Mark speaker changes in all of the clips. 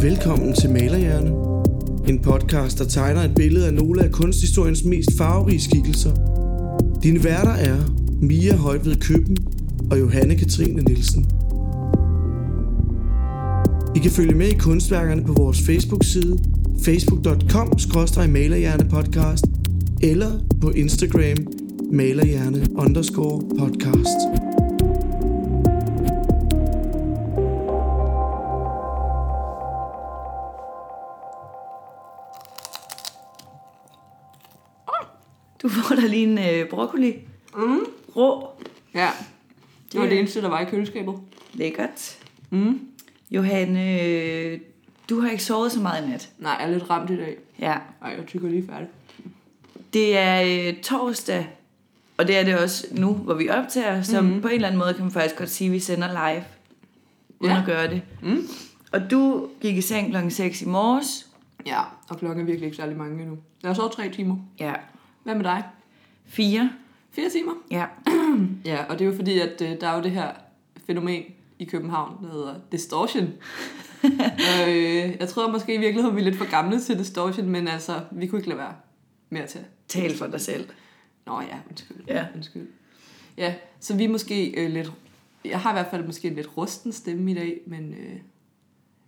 Speaker 1: velkommen til Malerhjerne. En podcast, der tegner et billede af nogle af kunsthistoriens mest farverige skikkelser. Dine værter er Mia Højtved Køben og Johanne Katrine Nielsen. I kan følge med i kunstværkerne på vores Facebook-side, facebook.com-malerhjernepodcast, eller på Instagram, malerhjerne underscore podcast.
Speaker 2: Du får da lige en øh, broccoli. Mm. Rå.
Speaker 3: Ja. Det var
Speaker 2: Det-
Speaker 3: det eneste, der var i køleskabet.
Speaker 2: Lækkert. Mm. Johanne, øh, du har ikke sovet så meget i nat.
Speaker 3: Nej, jeg er lidt ramt i dag.
Speaker 2: Ja.
Speaker 3: Ej, jeg tykker lige færdig.
Speaker 2: Det er øh, torsdag, og det er det også nu, hvor vi optager, så mm. på en eller anden måde kan man faktisk godt sige, at vi sender live, uden
Speaker 3: Ja.
Speaker 2: at gøre det. Mm. Og du gik i seng klokken 6 i morges.
Speaker 3: Ja, og klokken er virkelig ikke særlig mange endnu. Jeg har sovet tre timer.
Speaker 2: Ja.
Speaker 3: Hvad med dig?
Speaker 2: 4.
Speaker 3: Fire timer?
Speaker 2: Ja.
Speaker 3: Ja, og det er jo fordi, at øh, der er jo det her fænomen i København, der hedder distortion. og, øh, jeg tror måske i virkeligheden, vi er lidt for gamle til distortion, men altså, vi kunne ikke lade være med at tage.
Speaker 2: Tal for dig selv.
Speaker 3: Nå ja, undskyld.
Speaker 2: Ja.
Speaker 3: undskyld. Ja, så vi er måske øh, lidt... Jeg har i hvert fald måske en lidt rusten stemme i dag, men... Øh,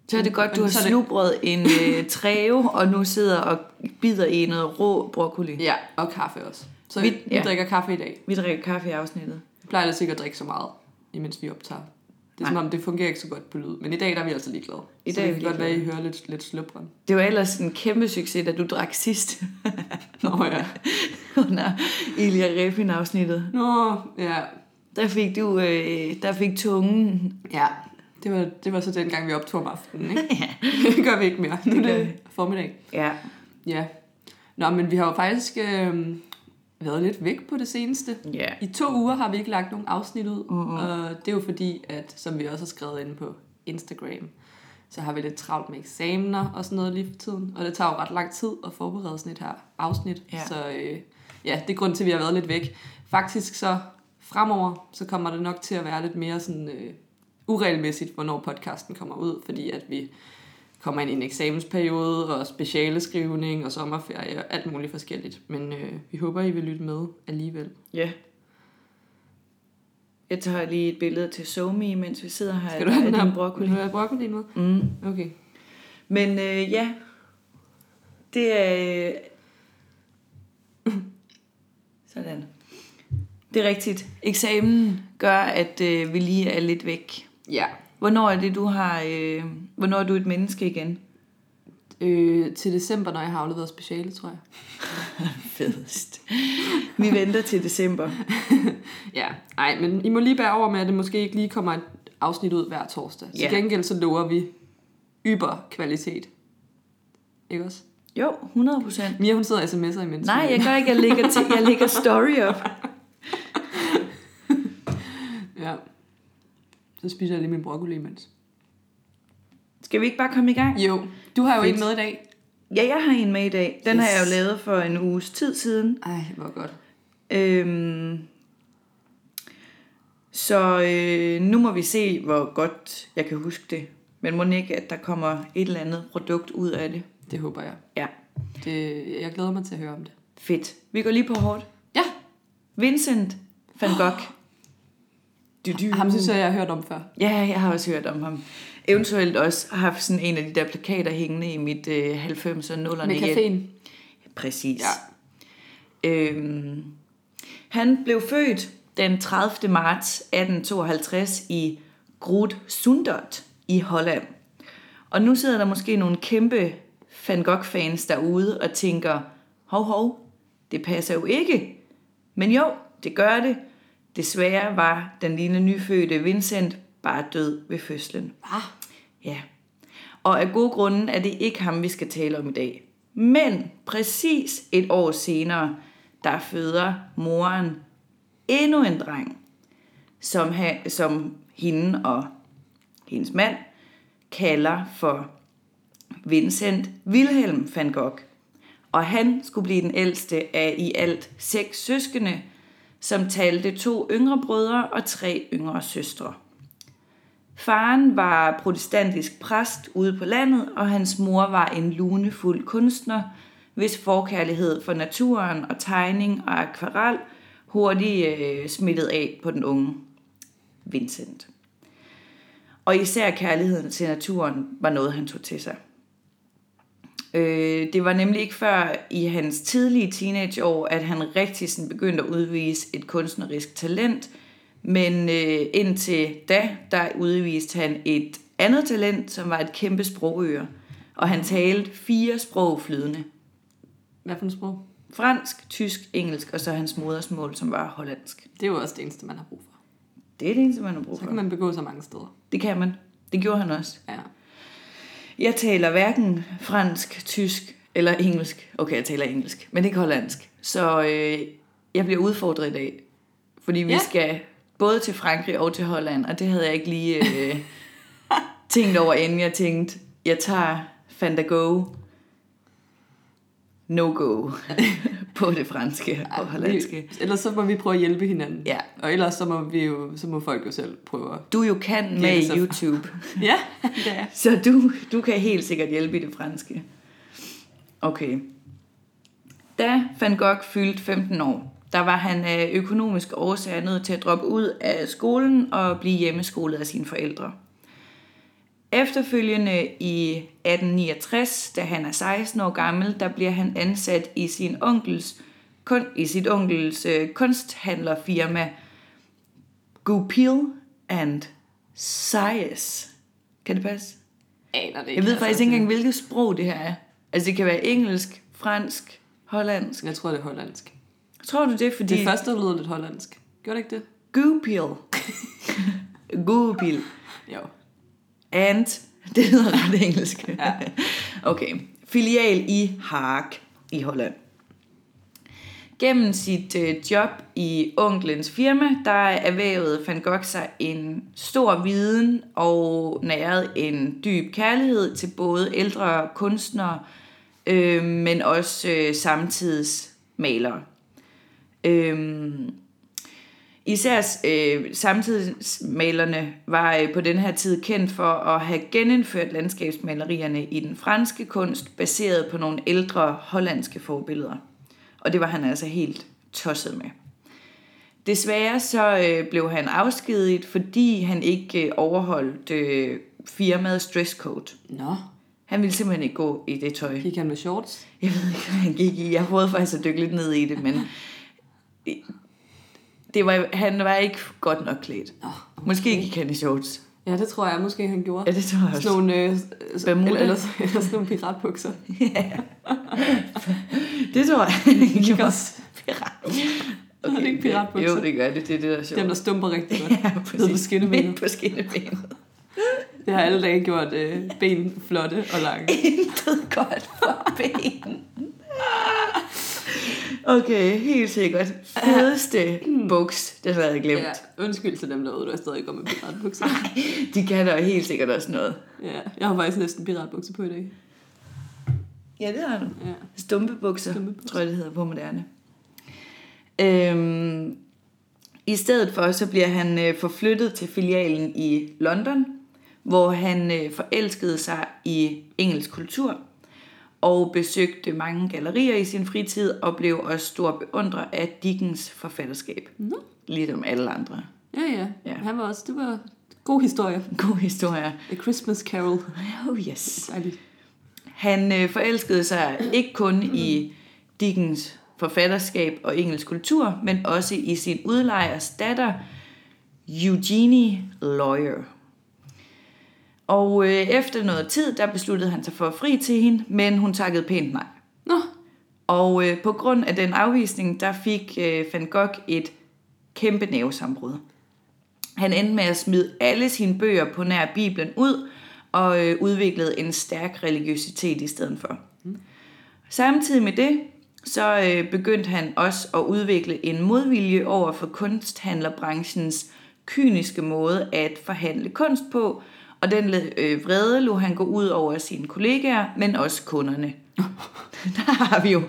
Speaker 2: Så er det godt, du har
Speaker 3: Så er det-
Speaker 2: slubret en øh, træve, og nu sidder og bider i noget rå broccoli.
Speaker 3: Ja, og kaffe også. Så
Speaker 2: Vi-
Speaker 3: vi, vi
Speaker 2: ja.
Speaker 3: ja. drikker kaffe i dag.
Speaker 2: Vi drikker kaffe i afsnittet.
Speaker 3: Vi plejer altså ikke at drikke så meget, imens vi optager. Det er
Speaker 2: Nej.
Speaker 3: som om, det fungerer ikke så godt på lyd. Men i dag der er vi altså ligeglade.
Speaker 2: I
Speaker 3: så
Speaker 2: dag er
Speaker 3: det
Speaker 2: vi
Speaker 3: kan godt være,
Speaker 2: ligeglade.
Speaker 3: I hører lidt, lidt slubren.
Speaker 2: Det var ellers en kæmpe succes, da du drak sidst
Speaker 3: Nå ja.
Speaker 2: under Ilja Refin afsnittet.
Speaker 3: Nå, ja.
Speaker 2: Der fik du øh, der fik tungen.
Speaker 3: Ja. Det var, det var så den gang, vi optog om aftenen, ikke? det gør vi ikke mere. Nu
Speaker 2: Det
Speaker 3: er
Speaker 2: gør
Speaker 3: det formiddag.
Speaker 2: Ja.
Speaker 3: Ja. Nå, men vi har jo faktisk øh, været lidt væk på det seneste.
Speaker 2: Ja.
Speaker 3: I to uger har vi ikke lagt nogen afsnit ud, mm-hmm. og det er jo fordi, at som vi også har skrevet inde på Instagram, så har vi lidt travlt med eksamener og sådan noget lige for tiden, og det tager jo ret lang tid at forberede sådan et her afsnit,
Speaker 2: Ja.
Speaker 3: så øh, ja, det er grund til, at vi har været lidt væk. Faktisk så fremover, så kommer det nok til at være lidt mere sådan øh, uregelmæssigt, hvornår podcasten kommer ud, fordi at vi kommer ind i en eksamensperiode og specialeskrivning og sommerferie og alt muligt forskelligt. Men øh, vi håber, I vil lytte med alligevel.
Speaker 2: Ja. Jeg tager lige et billede til Somi, mens vi sidder her.
Speaker 3: Skal du have den
Speaker 2: af
Speaker 3: her
Speaker 2: din broccoli?
Speaker 3: Vil du have broccoli med?
Speaker 2: Mm.
Speaker 3: Okay.
Speaker 2: Men øh, ja, det er... Øh... Sådan. Det er rigtigt. Eksamen gør, at øh, vi lige er lidt væk.
Speaker 3: Ja.
Speaker 2: Hvornår er det, du har... Øh... Hvornår er du et menneske igen?
Speaker 3: Øh, til december, når jeg har afleveret speciale, tror jeg.
Speaker 2: Fedest. Vi venter til december.
Speaker 3: Ja. Nej, men I må lige bære over med, at det måske ikke lige kommer et afsnit ud hver torsdag. Til
Speaker 2: Ja.
Speaker 3: gengæld så lover vi yber kvalitet. Ikke også?
Speaker 2: Jo, 100 procent.
Speaker 3: Mia, hun sidder og sms'er imens.
Speaker 2: Nej, jeg gør ikke. Jeg lægger, til, jeg lægger story op.
Speaker 3: Ja. Så spiser jeg lige min broccoli imens.
Speaker 2: Skal vi ikke bare komme i gang?
Speaker 3: Jo, du har jo
Speaker 2: Fedt.
Speaker 3: en med i dag.
Speaker 2: Ja, jeg har en med i dag. Den yes. har jeg jo
Speaker 3: Yes.
Speaker 2: lavet for en uges tid siden.
Speaker 3: Ej, hvor godt.
Speaker 2: Øhm, så øh, nu må vi se, hvor godt jeg kan huske det. Men må ikke, at der kommer et eller andet produkt ud af det.
Speaker 3: Det håber jeg.
Speaker 2: Ja,
Speaker 3: Det, jeg glæder mig til at høre om det.
Speaker 2: fedt. Vi går lige på hårdt.
Speaker 3: Ja,
Speaker 2: Vincent van Gogh. Du, du.
Speaker 3: ham synes jeg, jeg har hørt om før.
Speaker 2: Ja, jeg har også hørt om ham. Eventuelt også haft sådan en af de der plakater hængende i mit øh, 90'er, 0'erne.
Speaker 3: Med
Speaker 2: hjem.
Speaker 3: caféen.
Speaker 2: Præcis.
Speaker 3: Ja.
Speaker 2: Øhm, han blev født den 30. marts 1852 i Groot Sundert i Holland. Og nu sidder der måske nogle kæmpe Van Gogh-fans derude og tænker, hov, hov, det passer jo ikke. Men jo, det gør det. Desværre var den lille nyfødte Vincent bare død ved fødslen.
Speaker 3: Ah,
Speaker 2: Ja. Og af gode grunde er det ikke ham, vi skal tale om i dag. Men præcis et år senere, der føder moren endnu en dreng, som, ha, som hende og hendes mand kalder for Vincent Wilhelm van Gogh. Og han skulle blive den ældste af i alt seks søskende, som talte to yngre brødre og tre yngre søstre. Faren var protestantisk præst ude på landet, og hans mor var en lunefuld kunstner, hvis forkærlighed for naturen og tegning og akvarel hurtigt øh, smittede af på den unge Vincent. Og især kærligheden til naturen var noget, han tog til sig. Øh, det var nemlig ikke før i hans tidlige teenageår, at han rigtig sådan begyndte at udvise et kunstnerisk talent. Men øh, indtil da, der udviste han et andet talent, som var et kæmpe sprogøre. Og han talte fire sprog flydende.
Speaker 3: Hvad for en sprog?
Speaker 2: Fransk, tysk, engelsk og så hans modersmål, som var hollandsk.
Speaker 3: Det er jo også det eneste, man har brug for.
Speaker 2: Det er det eneste, man har brug
Speaker 3: Så kan
Speaker 2: for.
Speaker 3: man begå sig mange steder.
Speaker 2: Det kan man. Det gjorde han også.
Speaker 3: Ja.
Speaker 2: Jeg taler hverken fransk, tysk eller engelsk. Okay, jeg taler engelsk, men ikke hollandsk. Så øh, jeg bliver udfordret i dag, fordi vi
Speaker 3: Ja.
Speaker 2: ja. skal både til Frankrig og til Holland, og det havde jeg ikke lige øh, tænkt over inden. Jeg tænkte, jeg tager Fandago, no-go på det franske og hollandske.
Speaker 3: Vi, ellers så må vi prøve at hjælpe hinanden.
Speaker 2: Ja.
Speaker 3: Og ellers så må, vi jo, så må folk jo selv prøve at...
Speaker 2: Du jo kan med
Speaker 3: det
Speaker 2: i
Speaker 3: så-
Speaker 2: YouTube.
Speaker 3: Ja, det er.
Speaker 2: Så du, du kan helt sikkert hjælpe i det franske. Okay. Da Van Gogh fyldte 15 år, der var han af økonomiske årsager nødt til at droppe ud af skolen og blive hjemmeskolet af sine forældre. Efterfølgende i 1869, da han er 16 år gammel, der bliver han ansat i sin onkels kun, i sit onkels øh, kunsthandlerfirma Goupil and Sias. Kan det passe?
Speaker 3: Aner det ikke.
Speaker 2: Jeg ved
Speaker 3: altså.
Speaker 2: faktisk ikke engang, hvilket sprog det her er. Altså, det kan være engelsk, fransk, hollandsk.
Speaker 3: Jeg tror, det er hollandsk.
Speaker 2: Tror du det, fordi...
Speaker 3: Det første lyder lidt hollandsk. Gjorde det ikke det?
Speaker 2: Goupil. Goupil.
Speaker 3: Jo.
Speaker 2: And. Det hedder ret engelsk. okay. Filial i Haag i Holland. Gennem sit øh, job i onklens firma, der erhvervede Van Gogh sig en stor viden og nærede en dyb kærlighed til både ældre kunstnere, øh, men også øh, samtidsmalere. Øhm, især øh, samtidsmalerne var øh, på den her tid kendt for at have genindført landskabsmalerierne i den franske kunst, baseret på nogle ældre hollandske forbilleder. Og det var han altså helt tosset med. Desværre så øh, blev han afskediget, fordi han ikke øh, overholdt øh, firmaets dresscode.
Speaker 3: Nå.
Speaker 2: Han ville simpelthen ikke gå i det tøj.
Speaker 3: Gik han med shorts?
Speaker 2: Jeg ved ikke, hvad han gik i. Jeg prøvede faktisk at dykke lidt ned i det, men det var, han var ikke godt nok klædt.
Speaker 3: Nå.
Speaker 2: Måske gik han i shorts.
Speaker 3: Ja, det tror jeg måske, han gjorde.
Speaker 2: Ja, det tror jeg
Speaker 3: Sådan
Speaker 2: også.
Speaker 3: nogle, øh,
Speaker 2: Bermuda?
Speaker 3: eller, eller, eller sådan nogle piratbukser.
Speaker 2: Det tror jeg. han
Speaker 3: Det er
Speaker 2: gjorde.
Speaker 3: også Hedder det ikke piratbukser?
Speaker 2: Jo, det gør det. Det er det, der er sjovt.
Speaker 3: dem, der stumper rigtig godt.
Speaker 2: Ja,
Speaker 3: Hedder på
Speaker 2: præcis.
Speaker 3: skinnebenet.
Speaker 2: Midt på skinnebenet.
Speaker 3: Det har alle dage gjort øh, ben flotte og lange.
Speaker 2: Intet godt for benen. Okay, helt sikkert. Fedeste buks, den havde jeg glemt.
Speaker 3: Mm. Ja, undskyld til dem derude, der stadig går med piratbukser.
Speaker 2: De kan da helt sikkert også noget.
Speaker 3: Ja, jeg har faktisk næsten piratbukser på i dag.
Speaker 2: Ja, det har du.
Speaker 3: Ja.
Speaker 2: Stumpebukser,
Speaker 3: Stumpebukser.
Speaker 2: Stumpebukser. tror jeg, det hedder på moderne. Øhm, I stedet for, så bliver han øh, forflyttet til filialen i London, hvor han øh, forelskede sig i engelsk kultur og besøgte mange gallerier i sin fritid og blev også stor beundrer af Dickens forfatterskab.
Speaker 3: Nå.
Speaker 2: Ligesom alle andre.
Speaker 3: Ja, ja,
Speaker 2: Ja.
Speaker 3: Han var også, det var god historie.
Speaker 2: God historie.
Speaker 3: A Christmas Carol.
Speaker 2: Oh yes.
Speaker 3: Dejligt.
Speaker 2: Han øh, forelskede sig ikke kun i Dickens forfatterskab og engelsk kultur, men også i sin udlejers datter, Eugenie Lawyer. Og øh, efter noget tid, der besluttede han sig for at fri til hende, men hun takkede pænt nej.
Speaker 3: Nå,
Speaker 2: Og øh, på grund af den afvisning, der fik øh, Van Gogh et kæmpe nervesambrud. Han endte med at smide alle sine bøger på nær Bibelen ud, og øh, udviklede en stærk religiøsitet i stedet for. Samtidig med det, så øh, begyndte han også at udvikle en modvilje over for kunsthandlerbranchens kyniske måde at forhandle kunst på, og den øh, vrede lå han gå ud over sine kollegaer, men også kunderne. Der har vi jo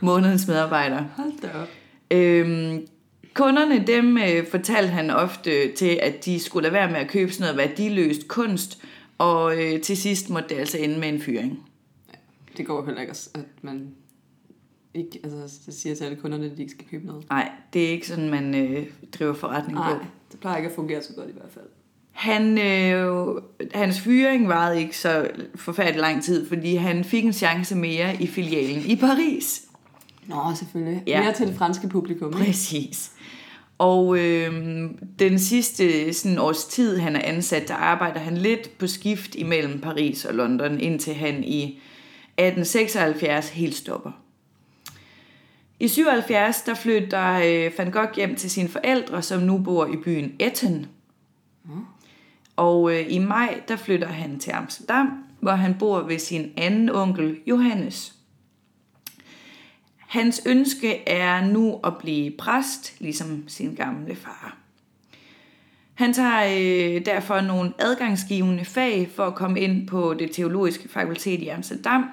Speaker 2: månedens medarbejder.
Speaker 3: hold da op.
Speaker 2: Øhm, Kunderne, dem øh, fortalte han ofte til, at de skulle lade være med at købe sådan noget værdiløst kunst, og øh, til sidst måtte det altså ende med en fyring.
Speaker 3: Det går jo heller ikke, at- at man ikke altså, det siger til alle kunderne, at de ikke skal købe noget.
Speaker 2: Nej, det er ikke sådan, man øh, driver forretning på.
Speaker 3: Nej, det plejer ikke at fungere så godt i hvert fald.
Speaker 2: Han, øh, hans fyring varede ikke så forfærdelig lang tid, fordi han fik en chance mere i filialen i Paris.
Speaker 3: Nå, selvfølgelig.
Speaker 2: Ja.
Speaker 3: Ja. Mere til det franske publikum. ikke?
Speaker 2: Præcis. Og øh, den sidste sådan, års tid, han er ansat, der arbejder han lidt på skift imellem Paris og London, indtil han i 1876 helt stopper. I 77 der flytter øh, Van Gogh hjem til sine forældre, som nu bor i byen Etten. Og øh, i maj der flytter han til Amsterdam, hvor han bor ved sin anden onkel Johannes. Hans ønske er nu at blive præst, ligesom sin gamle far. Han tager øh, derfor nogle adgangsgivende fag for at komme ind på det teologiske fakultet i Amsterdam.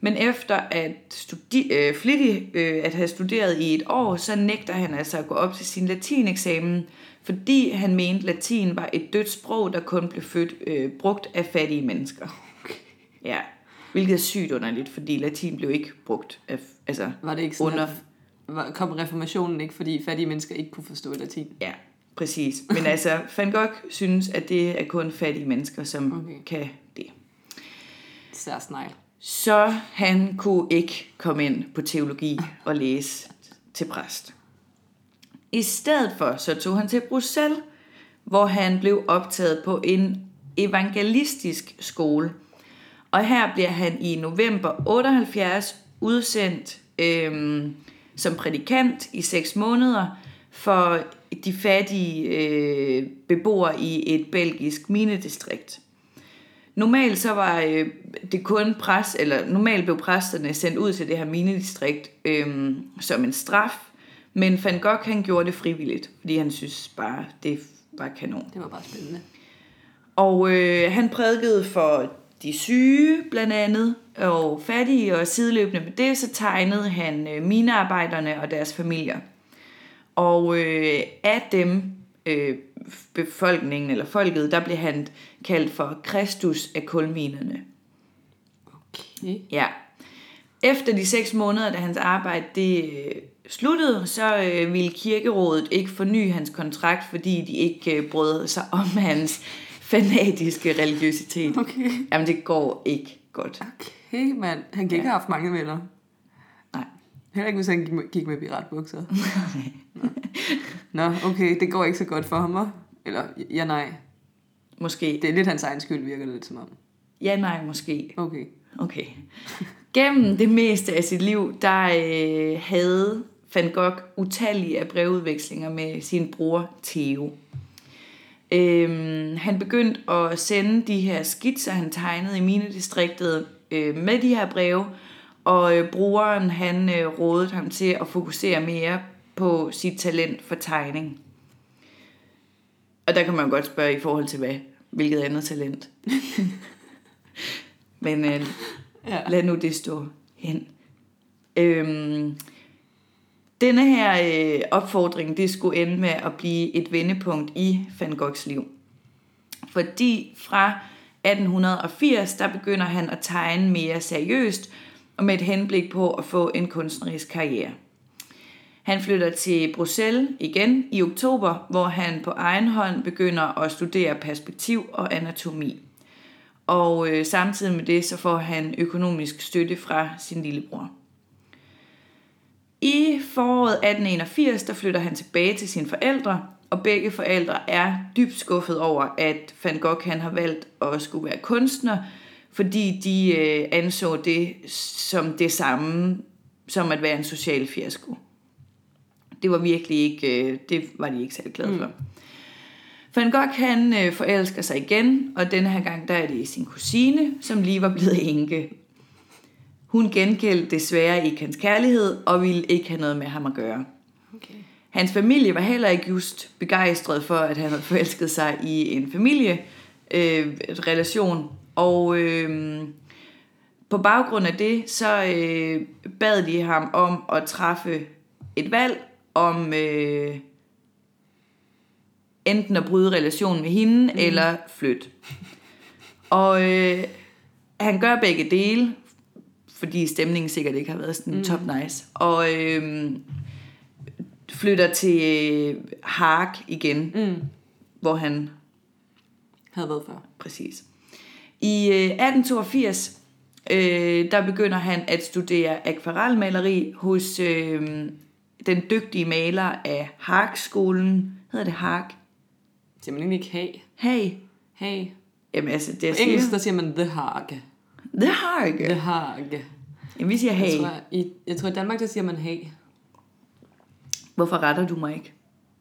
Speaker 2: Men efter at, studi- øh, flittig, øh, at have studeret i et år, så nægter han altså at gå op til sin latineksamen, fordi han mente, at latin var et dødt sprog, der kun blev født, øh, brugt af fattige mennesker. Ja, hvilket er sygt underligt, fordi latin blev ikke brugt af, altså,
Speaker 3: Var det ikke sådan,
Speaker 2: Under-
Speaker 3: Under... at var- kom reformationen ikke, fordi fattige mennesker ikke kunne forstå latin?
Speaker 2: Ja, præcis. Men altså, Van Gogh synes, at det er kun fattige mennesker, som okay.
Speaker 3: Okay.
Speaker 2: kan det.
Speaker 3: Sær snegl.
Speaker 2: Så han kunne ikke komme ind på teologi og læse til præst. I stedet for, så tog han til Bruxelles, hvor han blev optaget på en evangelistisk skole. Og her bliver han i november 78 udsendt øhm, som prædikant i seks måneder for de fattige øh, beboere i et belgisk minedistrikt. Normalt så var øh, det kun præst, eller normalt blev præsterne sendt ud til det her minedistrikt øh, som en straf, men Van Gogh han gjorde det frivilligt, fordi han synes bare, det var kanon.
Speaker 3: Det var bare spændende.
Speaker 2: Og øh, han prædikede for de syge blandt andet, og fattige, og sideløbende med det, så tegnede han øh, minearbejderne og deres familier. Og øh, af dem, øh, befolkningen eller folket, der blev han kaldt for Kristus af kulminerne.
Speaker 3: Okay.
Speaker 2: Ja. Efter de seks måneder, da hans arbejde det, øh, sluttede, så øh, ville kirkerådet ikke forny hans kontrakt, fordi de ikke øh, brød sig om hans fanatiske religiøsitet.
Speaker 3: Okay.
Speaker 2: Jamen, det går ikke godt.
Speaker 3: Okay, mand. Han kan ikke have haft mange venner.
Speaker 2: Nej.
Speaker 3: Heller ikke, hvis han gik med- gik med piratbukser. Nå. Nå, okay. Det går ikke så godt for ham, hva'? Eller, ja nej.
Speaker 2: Måske.
Speaker 3: Det er lidt hans egen skyld, virker det lidt som om.
Speaker 2: Ja, nej, måske.
Speaker 3: Okay.
Speaker 2: Okay. Gennem det meste af sit liv, der øh, havde Van Gogh utallige af brevudvekslinger med sin bror Theo. Øhm, han begyndte at sende de her skitser, han tegnede i minedistriktet øh, med de her breve, og øh, brugeren han øh, rådede ham til at fokusere mere på sit talent for tegning. Og der kan man jo godt spørge i forhold til hvad, hvilket andet talent. Men øh,
Speaker 3: Ja.
Speaker 2: lad nu det stå hen. Øhm, denne her øh, opfordring, det skulle ende med at blive et vendepunkt i Van Goghs liv. Fordi fra 1880, der begynder han at tegne mere seriøst, og med et henblik på at få en kunstnerisk karriere. Han flytter til Bruxelles igen i oktober, hvor han på egen hånd begynder at studere perspektiv og anatomi. Og øh, samtidig med det, så får han økonomisk støtte fra sin lillebror. I foråret 1881, der flytter han tilbage til sine forældre, og begge forældre er dybt skuffet over, at Van Gogh han har valgt at skulle være kunstner, fordi de øh, anså det som det samme som at være en social fiasko. Det var virkelig ikke, øh, det var de ikke særlig glade for. Mm. Van Gogh han øh, forelsker sig igen, og denne her gang der er det i sin kusine, som lige var blevet enke. Hun gengældte desværre ikke hans kærlighed og ville ikke have noget med ham at gøre.
Speaker 3: Okay.
Speaker 2: Hans familie var heller ikke just begejstret for, at han havde forelsket sig i en familierelation. Øh, relation. og øh, på baggrund af det, så øh, bad de ham om at træffe et valg, om øh, enten at bryde relationen med hende mm. eller flytte. Og øh, han gør begge dele, fordi stemningen sikkert ikke har været sådan mm. top nice. Og øh, flytter til øh, Haag igen,
Speaker 3: Mm.
Speaker 2: hvor han
Speaker 3: Havde været før.
Speaker 2: Præcis. I øh, 1882, øh, der begynder han at studere akvarelmaleri hos øh, den dygtige maler af Haag-skolen. Hedder det Haag?
Speaker 3: Siger man egentlig ikke hey?
Speaker 2: Hey.
Speaker 3: Hey.
Speaker 2: Jamen altså, det er
Speaker 3: På engelsk, der siger man the hag.
Speaker 2: The Haag.
Speaker 3: The hag.
Speaker 2: Jamen, vi siger
Speaker 3: Jeg,
Speaker 2: hey.
Speaker 3: tror, i, jeg tror, i Danmark, der siger man hey.
Speaker 2: Hvorfor retter du mig ikke?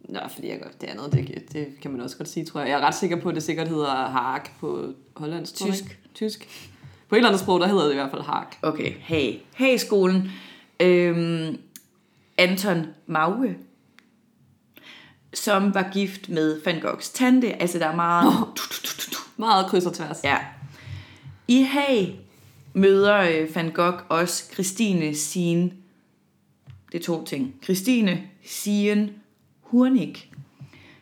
Speaker 3: Nå, fordi jeg godt, det andet, det, det kan man også godt sige, tror jeg. Jeg er ret sikker på, at det sikkert hedder hag på hollandsk, tror jeg,
Speaker 2: Tysk.
Speaker 3: ikke? Tysk. På et eller andet sprog, der hedder det i hvert fald hag.
Speaker 2: Okay, hey. Hey-skolen. Øhm, Anton Mauge, som var gift med Van Goghs tante. Altså, der er meget...
Speaker 3: Meget kryds og tværs.
Speaker 2: Ja. I Haag møder øh, Van Gogh også Christine Sien. Det er to ting. Christine Sien Hurnik,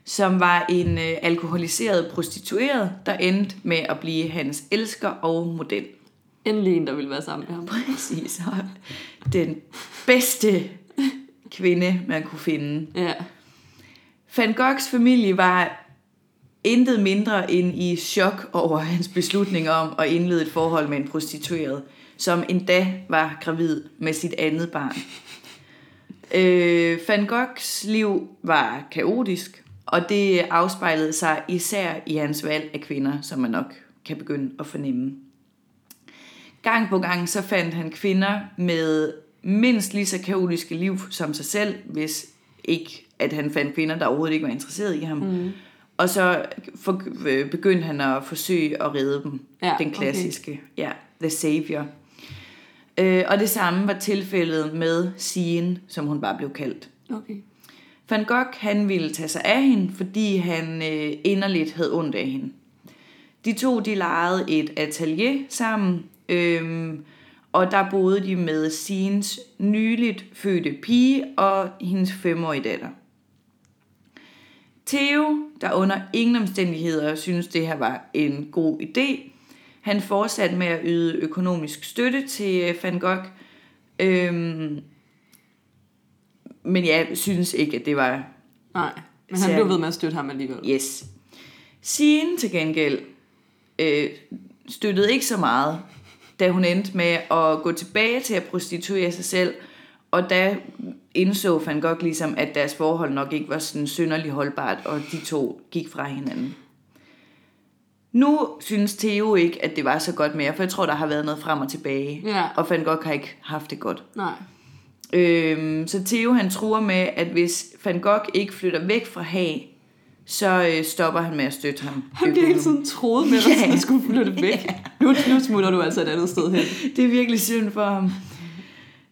Speaker 2: som var en øh, alkoholiseret prostitueret, der endte med at blive hans elsker og model.
Speaker 3: Endelig en, der vil være sammen med ham.
Speaker 2: Præcis. Og Den bedste kvinde, man kunne finde.
Speaker 3: Ja.
Speaker 2: Van Goghs familie var intet mindre end i chok over hans beslutning om at indlede et forhold med en prostitueret, som endda var gravid med sit andet barn. Øh, Van Goghs liv var kaotisk, og det afspejlede sig især i hans valg af kvinder, som man nok kan begynde at fornemme. Gang på gang så fandt han kvinder med mindst lige så kaotiske liv som sig selv, hvis ikke at han fandt kvinder, der overhovedet ikke var interesseret i ham. Mm. Og så for, øh, begyndte han at forsøge at redde dem.
Speaker 3: Ja,
Speaker 2: den
Speaker 3: okay.
Speaker 2: klassiske. Ja, The Savior. Øh, og det samme var tilfældet med Sien, som hun bare blev kaldt.
Speaker 3: Okay.
Speaker 2: Van Gogh han ville tage sig af hende, fordi han øh, inderligt havde ondt af hende. De to de lejede et atelier sammen, øhm, og der boede de med Sines nyligt fødte pige og hendes femårige datter. Theo, der under ingen omstændigheder synes det her var en god idé, han fortsatte med at yde økonomisk støtte til øh, Van Gogh, øhm, men jeg synes ikke, at det var
Speaker 3: Nej. Men han
Speaker 2: Så-
Speaker 3: blev ved med at støtte ham alligevel.
Speaker 2: Yes. Sine til gengæld øh, støttede ikke så meget, da hun endte med at gå tilbage til at prostituere sig selv, og da indså Van Gogh ligesom, at deres forhold nok ikke var sådan synderlig holdbart, og de to gik fra hinanden. Nu synes Theo ikke, at det var så godt mere, for jeg tror, der har været noget frem og tilbage,
Speaker 3: Ja.
Speaker 2: og Van Gogh har ikke haft det godt.
Speaker 3: Nej.
Speaker 2: Øhm, så Theo han truer med, at hvis Van Gogh ikke flytter væk fra Haag, så øh, stopper han med at støtte ham.
Speaker 3: Han bliver hele tiden troet med,
Speaker 2: Ja.
Speaker 3: at han skulle flytte væk. Nu, nu smutter du altså et andet sted hen.
Speaker 2: Det er virkelig synd for ham.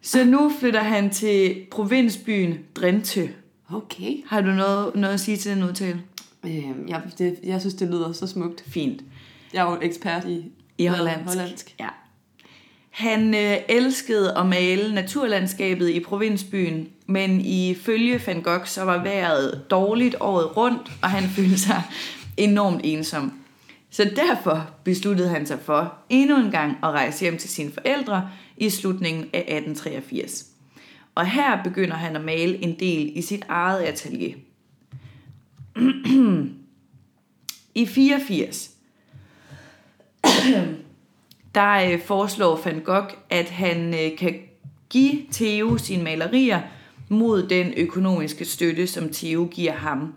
Speaker 2: Så nu flytter han til provinsbyen Drenthe.
Speaker 3: Okay.
Speaker 2: Har du noget, noget at sige til den udtale?
Speaker 3: Øh, jeg, det, jeg synes, det lyder så smukt.
Speaker 2: Fint.
Speaker 3: Jeg er jo ekspert i,
Speaker 2: I hollandsk.
Speaker 3: hollandsk.
Speaker 2: Ja. Han øh, elskede at male naturlandskabet i provinsbyen, men ifølge Van Gogh så var vejret dårligt året rundt, og han følte sig enormt ensom. Så derfor besluttede han sig for endnu en gang at rejse hjem til sine forældre i slutningen af 1883. Og her begynder han at male en del i sit eget atelier. I 84 der øh, foreslår Van Gogh, at han øh, kan give Theo sine malerier mod den økonomiske støtte, som Theo giver ham.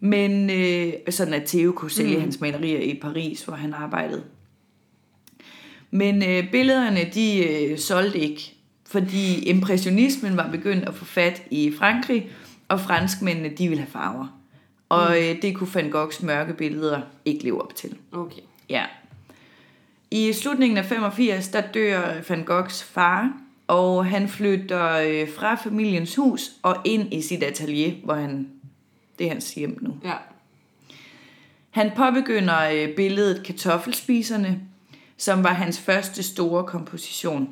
Speaker 2: Men øh, sådan at Theo kunne sælge mm. hans malerier i Paris, hvor han arbejdede. Men øh, billederne, de øh, solgte ikke, fordi impressionismen var begyndt at få fat i Frankrig, og franskmændene, de ville have farver. Og øh, det kunne Van Goghs mørke billeder ikke leve op til.
Speaker 3: Okay.
Speaker 2: Ja. I slutningen af 85, der dør Van Goghs far, og han flytter øh, fra familiens hus og ind i sit atelier, hvor han, det er hans hjem nu.
Speaker 3: Ja.
Speaker 2: Han påbegynder øh, billedet Kartoffelspiserne, som var hans første store komposition.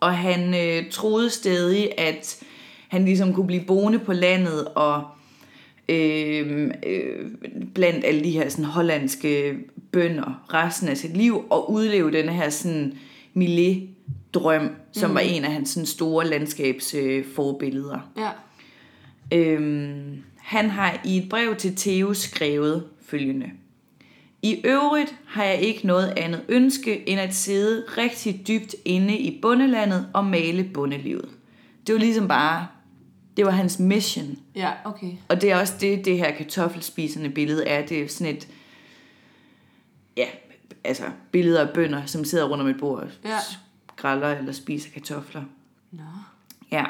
Speaker 2: Og han øh, troede stadig, at han ligesom kunne blive boende på landet og øh, øh, blandt alle de her sådan, hollandske bønder resten af sit liv og udleve den her sådan, miljødrøm, som mm. var en af hans sådan, store landskabsforbilleder. Øh, forbilleder.
Speaker 3: Ja.
Speaker 2: Øhm, han har i et brev til Theo skrevet følgende. I øvrigt har jeg ikke noget andet ønske end at sidde rigtig dybt inde i bundelandet og male bundelivet. Det var ligesom bare, det var hans mission.
Speaker 3: Ja, okay.
Speaker 2: Og det er også det, det her kartoffelspisende billede er. Det er sådan et, ja, altså billeder af bønder, som sidder rundt om et bord og
Speaker 3: Ja.
Speaker 2: skræller eller spiser kartofler.
Speaker 3: Nå.
Speaker 2: Ja.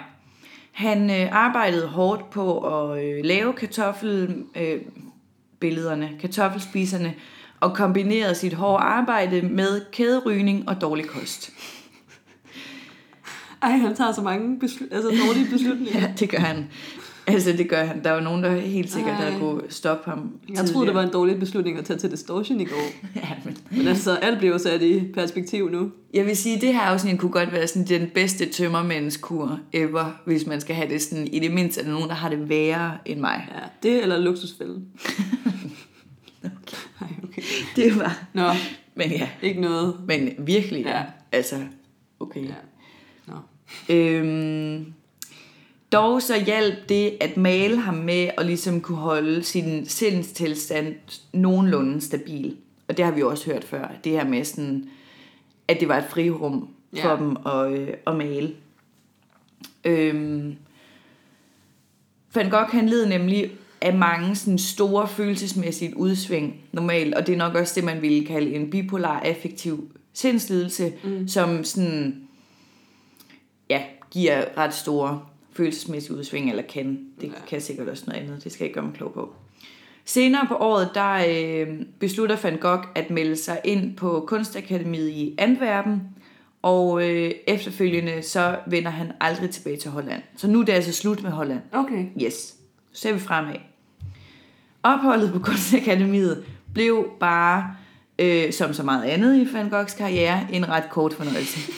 Speaker 2: Han øh, arbejdede hårdt på at øh, lave kartoffelbillederne, øh, billederne, kartoffelspiserne, og kombinerede sit hårde arbejde med kæderygning og dårlig kost.
Speaker 3: Ej, han tager så mange besl- altså, dårlige beslutninger.
Speaker 2: Ja, det gør han. Altså, det gør han. Der var nogen, der helt sikkert
Speaker 3: Ej.
Speaker 2: havde kunne stoppe ham
Speaker 3: Jeg troede, det var en dårlig beslutning at tage til Distortion i går.
Speaker 2: Ja, men
Speaker 3: Men altså, alt bliver jo sat i perspektiv nu.
Speaker 2: Jeg vil sige, at det her afsnit kunne godt være sådan den bedste tømmermændskur ever, hvis man skal have det sådan, i det mindste er der nogen, der har det værre end mig.
Speaker 3: Ja, det eller luksusfælden. okay. Ej, okay.
Speaker 2: Det var.
Speaker 3: Nå,
Speaker 2: Men ja,
Speaker 3: ikke noget.
Speaker 2: men virkelig. Ja.
Speaker 3: Ja.
Speaker 2: Altså, okay. Ja.
Speaker 3: Ja. Nå.
Speaker 2: Øhm, dog så hjalp det at male ham med at ligesom kunne holde sin sindstilstand nogenlunde stabil. Og det har vi jo også hørt før, det her med sådan, at det var et frirum for
Speaker 3: Ja.
Speaker 2: dem at, øh, at male. Øhm, Van Gogh han led nemlig af mange sådan store følelsesmæssige udsving normalt, og det er nok også det, man ville kalde en bipolar affektiv sindslidelse, mm. som sådan, ja, giver ret store følelsesmæssige udsving, eller kan. Det ja. kan sikkert også noget andet, det skal jeg ikke gøre mig klog på. Senere på året, der øh, beslutter Van Gogh at melde sig ind på Kunstakademiet i Antwerpen, og øh, efterfølgende så vender han aldrig tilbage til Holland. Så nu er det altså slut med Holland.
Speaker 3: Okay.
Speaker 2: Yes. Nu ser vi fremad. Opholdet på Kunstakademiet blev bare, øh, som så meget andet i Van Goghs karriere, en ret kort fornøjelse.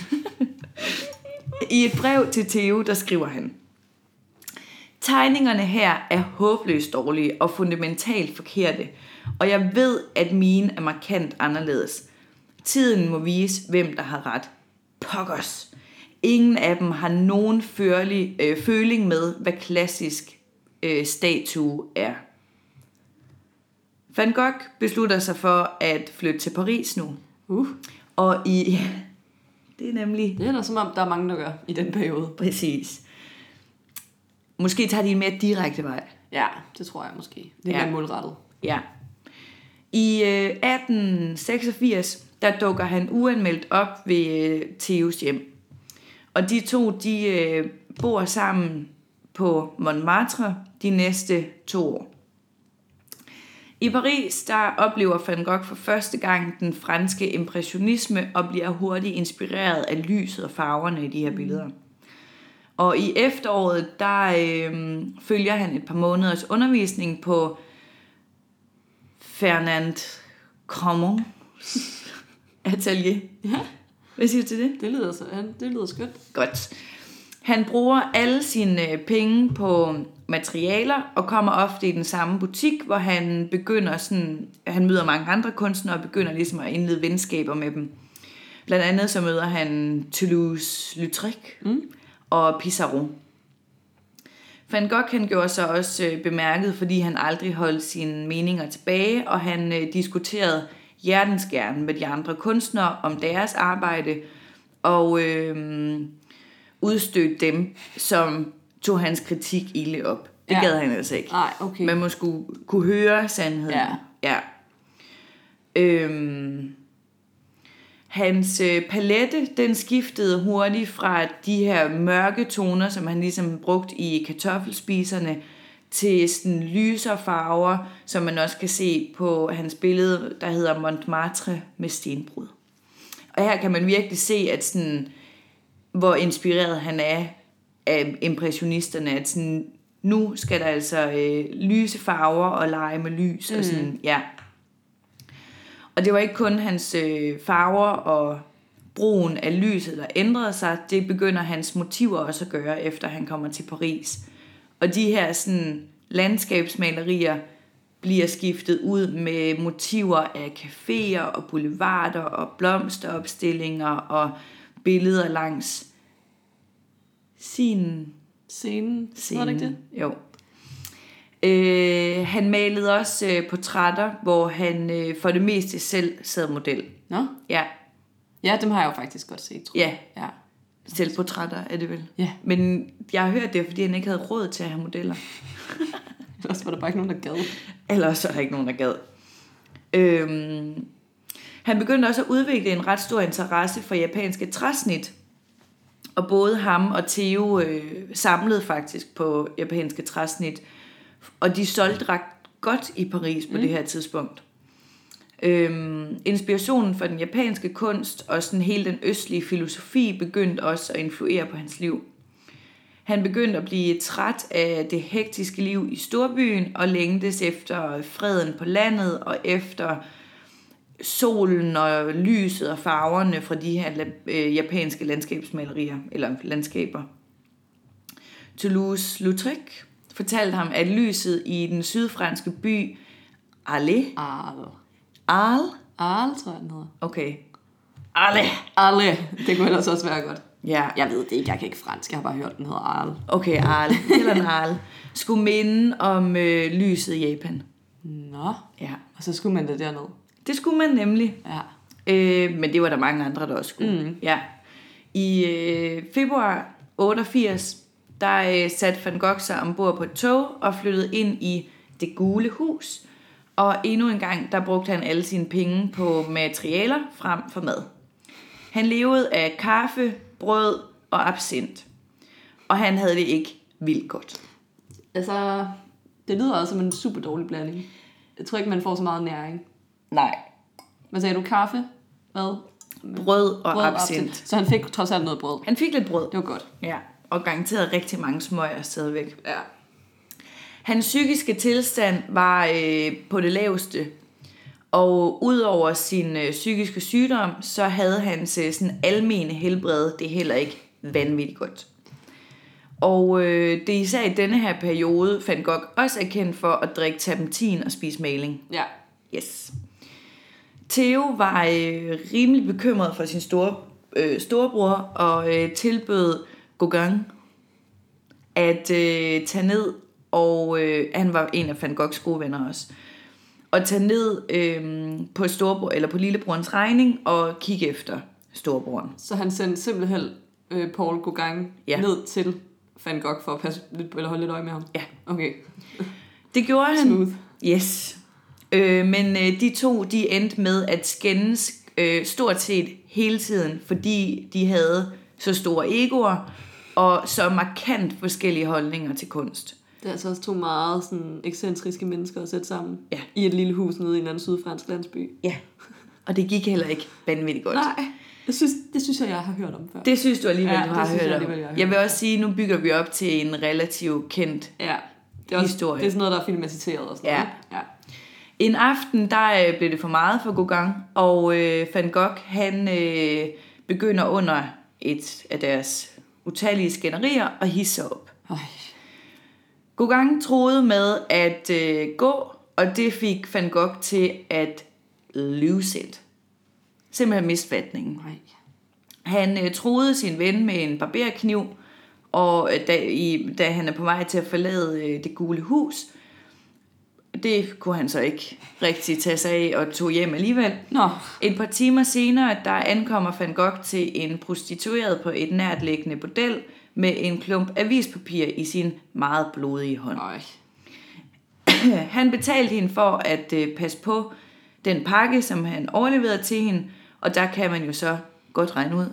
Speaker 2: I et brev til Theo, der skriver han, Tegningerne her er håbløst dårlige og fundamentalt forkerte, og jeg ved, at mine er markant anderledes. Tiden må vise, hvem der har ret. Pokkers! Ingen af dem har nogen førlig, øh, føling med, hvad klassisk øh, statue er. Van Gogh beslutter sig for at flytte til Paris nu.
Speaker 3: Uh,
Speaker 2: Og i... Ja, det er nemlig
Speaker 3: det er da som om, der er mange, der gør i den periode.
Speaker 2: Præcis. Måske tager de en mere direkte vej.
Speaker 3: Ja, det tror jeg måske. Det
Speaker 2: Ja.
Speaker 3: er ja. målrettet.
Speaker 2: Ja. I øh, 1886, der dukker han uanmeldt op ved øh, Theos hjem. Og de to, de øh, bor sammen på Montmartre de næste to år. I Paris, der oplever Van Gogh for første gang den franske impressionisme og bliver hurtigt inspireret af lyset og farverne i de her billeder. Og i efteråret, der øh, følger han et par måneders undervisning på Fernand Cremon atelier.
Speaker 3: Ja.
Speaker 2: Hvad siger du til det?
Speaker 3: Det lyder, så, han- det lyder skønt.
Speaker 2: Godt. Han bruger alle sine øh, penge på materialer og kommer ofte i den samme butik, hvor han begynder sådan, han møder mange andre kunstnere og begynder ligesom at indlede venskaber med dem. Blandt andet så møder han Toulouse-Lautrec mm. og Pissarro. Van Gogh han gjorde sig også øh, bemærket, fordi han aldrig holdt sine meninger tilbage, og han øh, diskuterede hjertens gerne med de andre kunstnere om deres arbejde, og øh, udstødte dem, som tog hans kritik ilde op. Det
Speaker 3: Ja.
Speaker 2: ja. gad han altså ikke.
Speaker 3: Nej, okay.
Speaker 2: Man må skulle kunne høre sandheden.
Speaker 3: Ja.
Speaker 2: ja. Øhm, hans øh, palette, den skiftede hurtigt fra de her mørke toner, som han ligesom brugte i kartoffelspiserne, til sådan lysere farver, som man også kan se på hans billede, der hedder Montmartre med stenbrud. Og her kan man virkelig se, at sådan, hvor inspireret han er af impressionisterne, at sådan, nu skal der altså øh, lyse farver og lege med lys. Mm. Og, sådan, ja. og det var ikke kun hans øh, farver og brugen af lyset, der ændrede sig, det begynder hans motiver også at gøre, efter han kommer til Paris. Og de her sådan, landskabsmalerier bliver skiftet ud med motiver af caféer og boulevarder og blomsteropstillinger og billeder langs sin
Speaker 3: Scenen, Scenen. det ikke det?
Speaker 2: Jo. Øh, han malede også øh, portrætter, hvor han øh, for det meste selv sad model.
Speaker 3: Nå?
Speaker 2: Ja,
Speaker 3: Ja, dem har jeg jo faktisk godt set, tror jeg.
Speaker 2: ja,
Speaker 3: Ja.
Speaker 2: selvportrætter er det vel.
Speaker 3: Ja.
Speaker 2: Men jeg har hørt det, er, fordi han ikke havde råd til at have modeller.
Speaker 3: Ellers var der bare ikke nogen, der gad.
Speaker 2: Ellers er der ikke nogen, der gad. Øhm, han begyndte også at udvikle en ret stor interesse for japanske træsnit. Og både ham og Theo øh, samlede faktisk på japanske træsnit. Og de solgte ret godt i Paris på mm. det her tidspunkt. Øhm, inspirationen for den japanske kunst og sådan hele den østlige filosofi begyndte også at influere på hans liv. Han begyndte at blive træt af det hektiske liv i storbyen og længtes efter freden på landet og efter solen og lyset og farverne fra de her la- øh, japanske landskabsmalerier eller landskaber. Toulouse-Lautrec fortalte ham, at lyset i den sydfranske by Arles,
Speaker 3: Arle.
Speaker 2: Arles,
Speaker 3: Arle, tror jeg, den hedder.
Speaker 2: okay, Arles,
Speaker 3: Arle. Det kunne ellers også være godt.
Speaker 2: ja,
Speaker 3: Jeg ved det ikke, jeg kan ikke fransk. Jeg har bare hørt, den hedder Arle.
Speaker 2: okay, Arles, eller en Arles, skulle minde om øh, lyset i Japan.
Speaker 3: Nå.
Speaker 2: Ja,
Speaker 3: Og så skulle man da derned.
Speaker 2: det skulle man nemlig.
Speaker 3: Ja.
Speaker 2: Øh, men det var der mange andre, der også skulle. Mm. Ja. I øh, februar 88, der øh, satte Van Gogh sig ombord på et tog og flyttede ind i det gule hus. Og endnu en gang, der brugte han alle sine penge på materialer frem for mad. Han levede af kaffe, brød og absint. Og han havde det ikke vildt godt.
Speaker 3: Altså, det lyder også som en super dårlig blanding. Jeg tror ikke, man får så meget næring.
Speaker 2: Nej.
Speaker 3: Hvad sagde du? Kaffe? Hvad?
Speaker 2: Brød og
Speaker 3: Brød og
Speaker 2: absint.
Speaker 3: absint. Så han fik trods alt noget brød.
Speaker 2: Han fik lidt brød.
Speaker 3: Det var godt.
Speaker 2: Ja, og garanteret rigtig mange smøger stadigvæk.
Speaker 3: Ja.
Speaker 2: Hans psykiske tilstand var øh, på det laveste, og udover sin øh, psykiske sygdom, så havde hans øh, sådan almene helbred det heller ikke vanvittigt godt. Og øh, det er især i denne her periode, Van Gogh også er kendt for at drikke terpentin og spise maling.
Speaker 3: Ja.
Speaker 2: Yes. Theo var øh, rimelig bekymret for sin store, øh, storebror og øh, tilbød Gauguin at øh, tage ned, og øh, han var en af Van Goghs gode venner også, og tage ned øh, på, storebror, eller på lillebrorens regning og kigge efter storebroren.
Speaker 3: Så han sendte simpelthen øh, Paul Gauguin
Speaker 2: Ja.
Speaker 3: ja. ned til Van Gogh for at passe lidt, eller holde lidt øje med ham.
Speaker 2: Ja.
Speaker 3: Okay.
Speaker 2: Det gjorde han.
Speaker 3: Smooth.
Speaker 2: Yes. Øh, men øh, de to, de endte med at skændes øh, stort set hele tiden, fordi de havde så store egoer og så markant forskellige holdninger til kunst.
Speaker 3: Det er altså også to meget sådan, ekscentriske mennesker at sætte sammen
Speaker 2: Ja.
Speaker 3: i et lille hus nede i en anden sydfransk landsby.
Speaker 2: Ja. Og det gik heller ikke vanvittigt godt.
Speaker 3: Nej, jeg synes, det synes jeg, jeg har hørt om før.
Speaker 2: Det synes du alligevel,
Speaker 3: Ja,
Speaker 2: du
Speaker 3: det
Speaker 2: har
Speaker 3: synes
Speaker 2: hørt
Speaker 3: jeg
Speaker 2: om.
Speaker 3: alligevel, jeg har
Speaker 2: jeg vil
Speaker 3: hørt
Speaker 2: også sige, nu bygger vi op til en relativt kendt
Speaker 3: ja. Det er, også,
Speaker 2: Historie.
Speaker 3: det er sådan noget, der er filmatiseret og sådan
Speaker 2: Ja.
Speaker 3: noget. ikke? Ja.
Speaker 2: En aften, der øh, blev det for meget for Gauguin, og øh, Van Gogh, han øh, begynder under et af deres utallige skænderier at hisse sig op.
Speaker 3: Øj.
Speaker 2: Gauguin troede med at øh, gå, og det fik Van Gogh til at lose it. Simpelthen misfatningen.
Speaker 3: Nej.
Speaker 2: Han øh, troede sin ven med en barberkniv, og øh, da, i, da han er på vej til at forlade øh, det gule hus, det kunne han så ikke rigtig tage sig af og tog hjem alligevel.
Speaker 3: Nå,
Speaker 2: Et par timer senere, der ankommer Van Gogh til en prostitueret på et nærtliggende bordel med en klump avispapir i sin meget blodige hånd.
Speaker 3: nej.
Speaker 2: Han betalte hende for at øh, passe på den pakke, som han overleverede til hende, og der kan man jo så godt regne ud,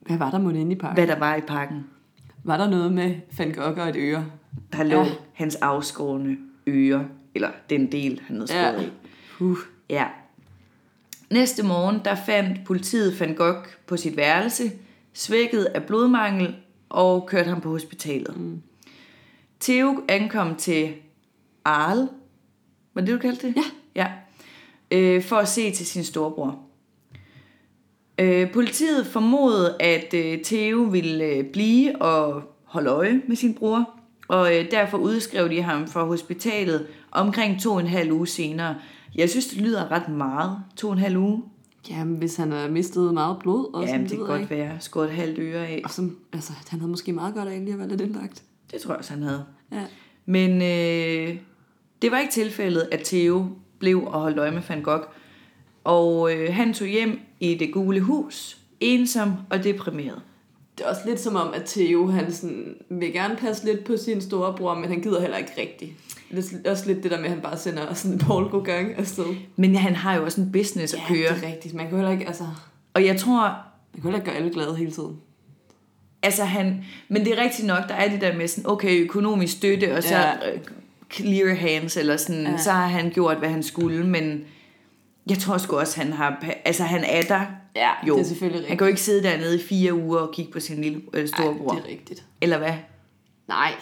Speaker 3: Hvad var der mon inde i pakken?
Speaker 2: hvad der var i pakken.
Speaker 3: Var der noget med Van Gogh og et øre?
Speaker 2: Der lå
Speaker 3: Ja.
Speaker 2: hans afskårne ører, eller den del, han havde skåret ja. i.
Speaker 3: Uh.
Speaker 2: Ja. Næste morgen, der fandt politiet Van Gogh på sit værelse, svækket af blodmangel, og kørte ham på hospitalet. Mm. Theo ankom til Arle, var det, det, du kaldte det? Ja. ja. Øh, for at se til sin storebror. Øh, politiet formodede, at øh, Theo ville øh, blive og holde øje med sin bror, og øh, derfor udskrev de ham fra hospitalet omkring to og en halv uge senere. Jeg synes, det lyder ret meget. To og en halv uge?
Speaker 3: Jamen, hvis han har mistet meget blod og
Speaker 2: Ja,
Speaker 3: sådan,
Speaker 2: det kan
Speaker 3: ved
Speaker 2: godt
Speaker 3: jeg ikke.
Speaker 2: være. Skåret halvt øre af.
Speaker 3: Og som, altså, han havde måske meget godt af lige at være lidt indlagt.
Speaker 2: Det tror jeg også, han havde.
Speaker 3: Ja.
Speaker 2: Men øh, det var ikke tilfældet, at Theo blev og holdt øje med Van Gogh. Og øh, han tog hjem i det gule hus, ensom og deprimeret.
Speaker 3: Det er også lidt som om, at Theo han sådan, vil gerne passe lidt på sin storebror, men han gider heller ikke rigtigt. Det er også lidt det der med, at han bare sender sådan Paul god gang afsted.
Speaker 2: Men han har jo også en business at køre.
Speaker 3: det er rigtigt. Man kan heller ikke, altså,
Speaker 2: Og jeg tror,
Speaker 3: man kan heller ikke gøre alle glade hele tiden.
Speaker 2: altså han... Men det er rigtigt nok, der er det der med sådan, okay, økonomisk støtte, og så
Speaker 3: Ja.
Speaker 2: ja. clear hands, eller sådan,
Speaker 3: Ja.
Speaker 2: ja. så har han gjort, hvad han skulle, men... Jeg tror sgu også, han har... pa- Altså, han er der.
Speaker 3: Ja,
Speaker 2: Jo.
Speaker 3: det er selvfølgelig rigtigt.
Speaker 2: Han kan jo ikke sidde dernede i fire uger og kigge på sin lille øh,
Speaker 3: Ej,
Speaker 2: storebror.
Speaker 3: det er rigtigt.
Speaker 2: Eller hvad?
Speaker 3: Nej,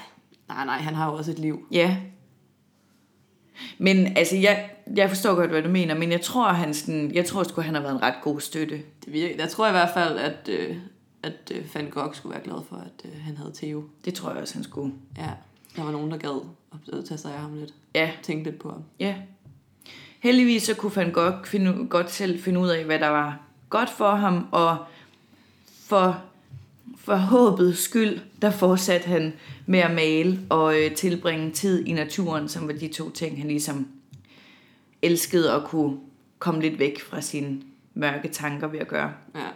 Speaker 3: nej, nej, han har jo også et liv.
Speaker 2: Ja. Men altså, jeg, jeg forstår godt, hvad du mener, men jeg tror, han sådan, jeg tror sgu, han har været en ret god støtte.
Speaker 3: Det virker, jeg tror i hvert fald, at, øh, at øh, Van Gogh skulle være glad for, at øh, han havde Theo.
Speaker 2: Det tror jeg også, han skulle.
Speaker 3: Ja, der var nogen, der gad at øh, tage sig af ham lidt.
Speaker 2: Ja,
Speaker 3: Tænke lidt på ham.
Speaker 2: ja. Heldigvis så kunne han godt, finde, godt selv finde ud af, hvad der var godt for ham, og for, for håbets skyld, der fortsatte han med at male og øh, tilbringe tid i naturen, som var de to ting, han ligesom elskede at kunne komme lidt væk fra sine mørke tanker ved at gøre.
Speaker 3: Ja.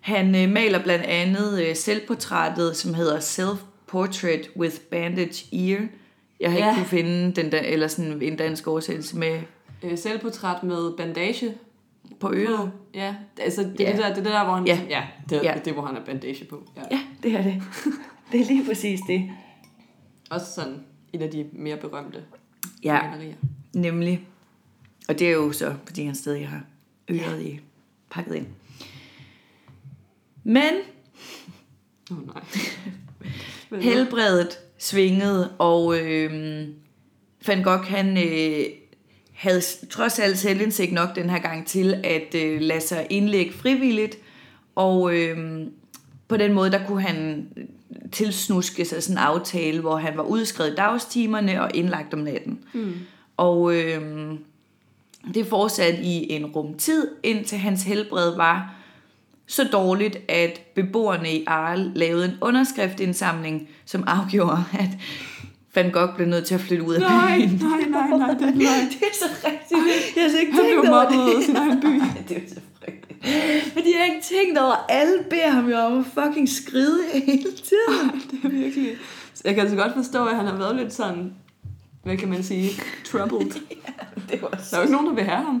Speaker 2: Han øh, maler blandt andet øh, selvportrættet, som hedder Self Portrait with Bandage Ear. Jeg har ja.
Speaker 3: Ja.
Speaker 2: ikke kunne finde den der, eller sådan en dansk oversættelse med
Speaker 3: Øh, selvportræt med bandage
Speaker 2: på øret.
Speaker 3: Ja, altså det,
Speaker 2: Ja.
Speaker 3: er Det, der, det er det der, hvor han...
Speaker 2: Ja.
Speaker 3: ja det,
Speaker 2: Ja.
Speaker 3: ja. det hvor han har bandage på. Ja.
Speaker 2: Ja, det er det. Det er lige præcis det.
Speaker 3: Også sådan en af de mere berømte
Speaker 2: Ja,
Speaker 3: malerier.
Speaker 2: nemlig. Og det er jo så, fordi han stadig har øret ja. i pakket ind. Men
Speaker 3: Åh oh, nej. Men-
Speaker 2: helbredet svingede, og øh, Van Gogh, han øh, havde s- trods alt selvindsigt nok den her gang til at øh, lade sig indlægge frivilligt, og øh, på den måde, der kunne han tilsnuske sig sådan en aftale, hvor han var udskrevet i dagstimerne og indlagt om natten. Mm. Og øh, det fortsatte i en rumtid, indtil hans helbred var så dårligt, at beboerne i Arl lavede en underskriftindsamling, som afgjorde, at Van Gogh blev nødt til at flytte ud af
Speaker 3: Nej,
Speaker 2: byen.
Speaker 3: nej, nej, nej, det er løgn.
Speaker 2: Det er så rigtigt. Jeg har slet ikke
Speaker 3: Han
Speaker 2: tænkt
Speaker 3: blev
Speaker 2: over
Speaker 3: mobbet af
Speaker 2: det.
Speaker 3: sin egen by.
Speaker 2: Ej, det er jo så frygteligt. Fordi jeg har ikke tænkt over, at alle beder ham jo om at fucking skride hele tiden.
Speaker 3: Det er virkelig... Så Jeg kan altså godt forstå, at han har været lidt sådan... Hvad kan man sige? Troubled.
Speaker 2: Det var
Speaker 3: Der er jo ikke nogen, der vil have ham.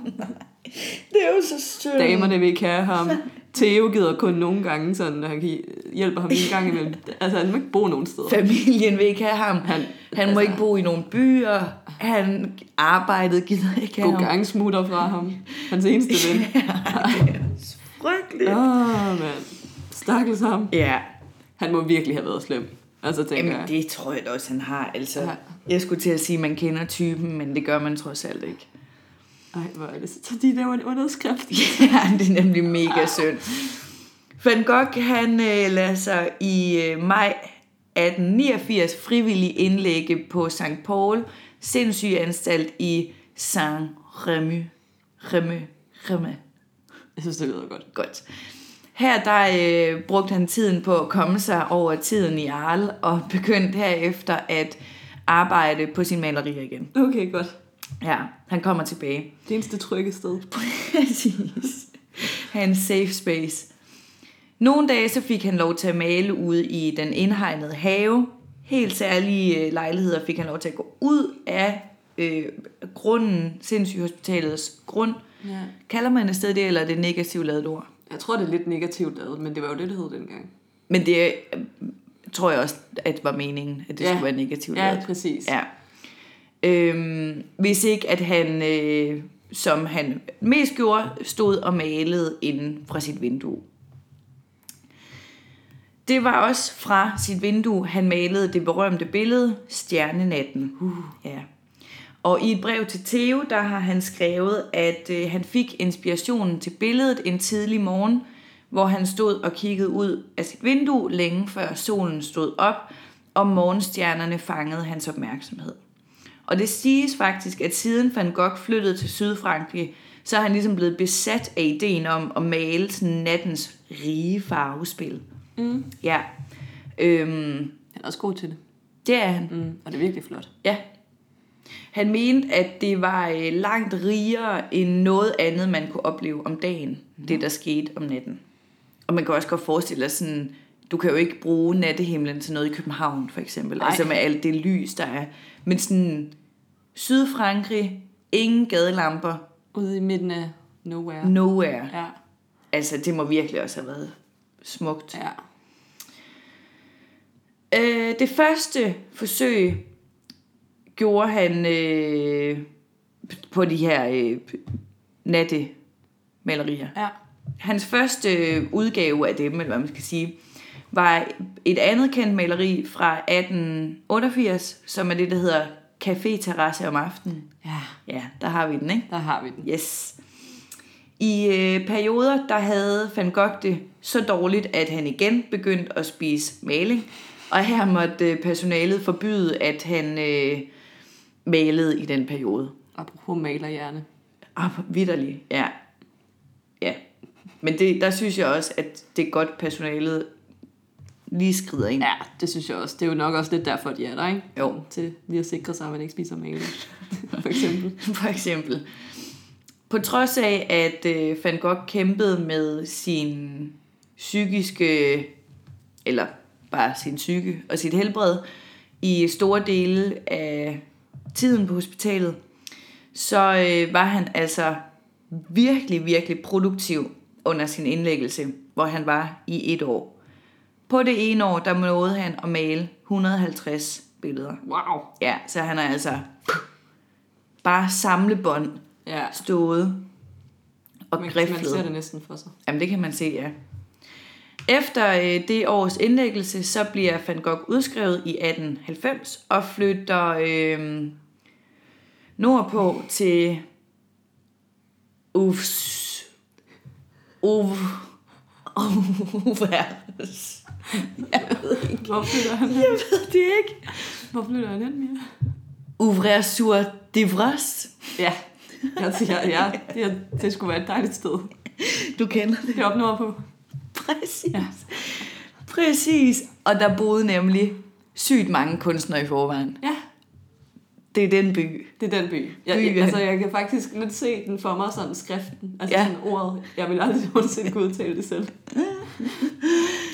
Speaker 2: det er jo så sødt.
Speaker 3: Damerne vil ikke have ham. Theo gider kun nogle gange sådan, at han kan hjælpe ham en gang imellem. Altså, han må ikke bo nogen steder.
Speaker 2: Familien vil ikke have ham. Han,
Speaker 3: Han-
Speaker 2: han må
Speaker 3: altså-
Speaker 2: ikke bo i nogle byer. Han arbejdet gider ikke have
Speaker 3: God
Speaker 2: ham.
Speaker 3: gang smutter fra ham. Hans eneste ven.
Speaker 2: Frygteligt.
Speaker 3: Åh, oh, mand. Stakkels ham.
Speaker 2: Ja,
Speaker 3: Han må virkelig have været slem. Altså, tænker
Speaker 2: Jamen,
Speaker 3: jeg.
Speaker 2: det tror jeg da også, han har. Altså,
Speaker 3: Ja.
Speaker 2: jeg skulle til at sige, at man kender typen, men det gør man trods alt ikke.
Speaker 3: Ej, hvor er det så. Så de laver en underskrift.
Speaker 2: Ja, det er nemlig mega synd. Van Gogh, han øh, lader sig i øh, maj 1889 frivillig indlægge på St. Paul, sindssygeanstalt i Saint-Remy. Remy, Remy.
Speaker 3: Jeg synes, det lyder godt.
Speaker 2: Godt. Her der øh, brugte han tiden på at komme sig over tiden i Arles, og begyndte herefter at arbejde på sin malerier igen.
Speaker 3: Okay, godt.
Speaker 2: Ja, han kommer tilbage.
Speaker 3: Det eneste trygge sted.
Speaker 2: Præcis. Hans safe space. Nogle dage så fik han lov til at male ude i den indhegnede have. Helt særlige øh, lejligheder fik han lov til at gå ud af øh, grunden, sindssygehospitalets grund.
Speaker 3: Ja.
Speaker 2: Kalder man et sted det, eller er det et negativt lavet ord?
Speaker 3: Jeg tror, det er lidt negativt lavet, men det var jo det, det hed dengang.
Speaker 2: Men det øh, tror jeg også, at var meningen, at det ja.
Speaker 3: Ja.
Speaker 2: skulle være negativt
Speaker 3: Ja,
Speaker 2: ladet.
Speaker 3: præcis.
Speaker 2: Ja. Øhm, hvis ikke, at han, øh, som han mest gjorde, stod og malede inden fra sit vindue. Det var også fra sit vindue, han malede det berømte billede, Stjernenatten. Uh. Ja. Og i et brev til Theo, der har han skrevet, at øh, han fik inspirationen til billedet en tidlig morgen, hvor han stod og kiggede ud af sit vindue længe før solen stod op, og morgenstjernerne fangede hans opmærksomhed. Og det siges faktisk, at siden Van Gogh flyttede til Sydfrankrig, så er han ligesom blevet besat af ideen om at male sådan nattens rige farvespil. Mm. Ja. Øhm,
Speaker 3: Han er også god til det.
Speaker 2: det er han.
Speaker 3: Mm. Og det er virkelig flot.
Speaker 2: Ja. Han mente, at det var øh, langt rigere end noget andet, man kunne opleve om dagen, mm. det der skete om natten. Og man kan også godt forestille sig sådan, du kan jo ikke bruge nattehimlen til noget i København, for eksempel.
Speaker 3: Nej.
Speaker 2: Nej. Altså med alt det lys, der er. Men sådan, Sydfrankrig, ingen gadelamper,
Speaker 3: Ude i midten af nowhere.
Speaker 2: Mm. nowhere. Ja.
Speaker 3: Ja.
Speaker 2: Altså, det må virkelig også have været smukt.
Speaker 3: Ja.
Speaker 2: Øh, det første forsøg gjorde han øh, på de her øh, nattemalerier.
Speaker 3: Ja.
Speaker 2: Hans første øh, udgave af dem, eller hvad man skal sige, var et andet kendt maleri fra 1888, som er det, der hedder Café Terrasse om aftenen.
Speaker 3: Ja.
Speaker 2: Ja, der har vi den, ikke?
Speaker 3: Der har vi den.
Speaker 2: Yes. I øh, perioder, der havde Van Gogh det så dårligt, at han igen begyndte at spise maling. Og her måtte øh, personalet forbyde, at han øh, malede i den periode.
Speaker 3: Apropos malerhjerne.
Speaker 2: Ah, vidderligt, ja. Ja. Men det, der synes jeg også, at det er godt, personalet lige skrider ind.
Speaker 3: Ja, det synes jeg også. Det er jo nok også lidt derfor, de er der, ikke?
Speaker 2: Jo.
Speaker 3: Til lige at sikre sig, at man ikke spiser maling. For eksempel.
Speaker 2: for eksempel. På trods af, at øh, Van Gogh kæmpede med sin psykiske, eller bare sin psyke og sit helbred, i store dele af tiden på hospitalet, så øh, var han altså virkelig, virkelig produktiv under sin indlæggelse, hvor han var i et år. På det ene år, der nåede han at male 150 billeder.
Speaker 3: Wow.
Speaker 2: Ja, så han er altså bare samlebånd
Speaker 3: Ja.
Speaker 2: stået og
Speaker 3: Man, man ser
Speaker 2: griflet.
Speaker 3: det næsten for sig.
Speaker 2: Jamen det kan man se, ja. Efter øh, det års indlæggelse, så bliver Van Gogh udskrevet i 1890 og flytter øh, nordpå til Ufs... Uv... Uvers.
Speaker 3: Hvor flytter han hen?
Speaker 2: Jeg ved det ikke.
Speaker 3: Hvor flytter han hen, Mia?
Speaker 2: Ouvrir sur Devras.
Speaker 3: Ja. Jeg siger, ja, det, det skulle være et dejligt sted.
Speaker 2: Du kender det.
Speaker 3: Det er op nordpå.
Speaker 2: Præcis. Ja. Præcis. Og der boede nemlig sygt mange kunstnere i forvejen.
Speaker 3: Ja,
Speaker 2: Det er den by.
Speaker 3: det er den by. Jeg,
Speaker 2: Byen.
Speaker 3: jeg, altså, jeg kan faktisk lidt se den for mig, sådan skriften. Altså ja.
Speaker 2: Ja.
Speaker 3: sådan ordet. Jeg vil aldrig nogensinde kunne udtale det selv.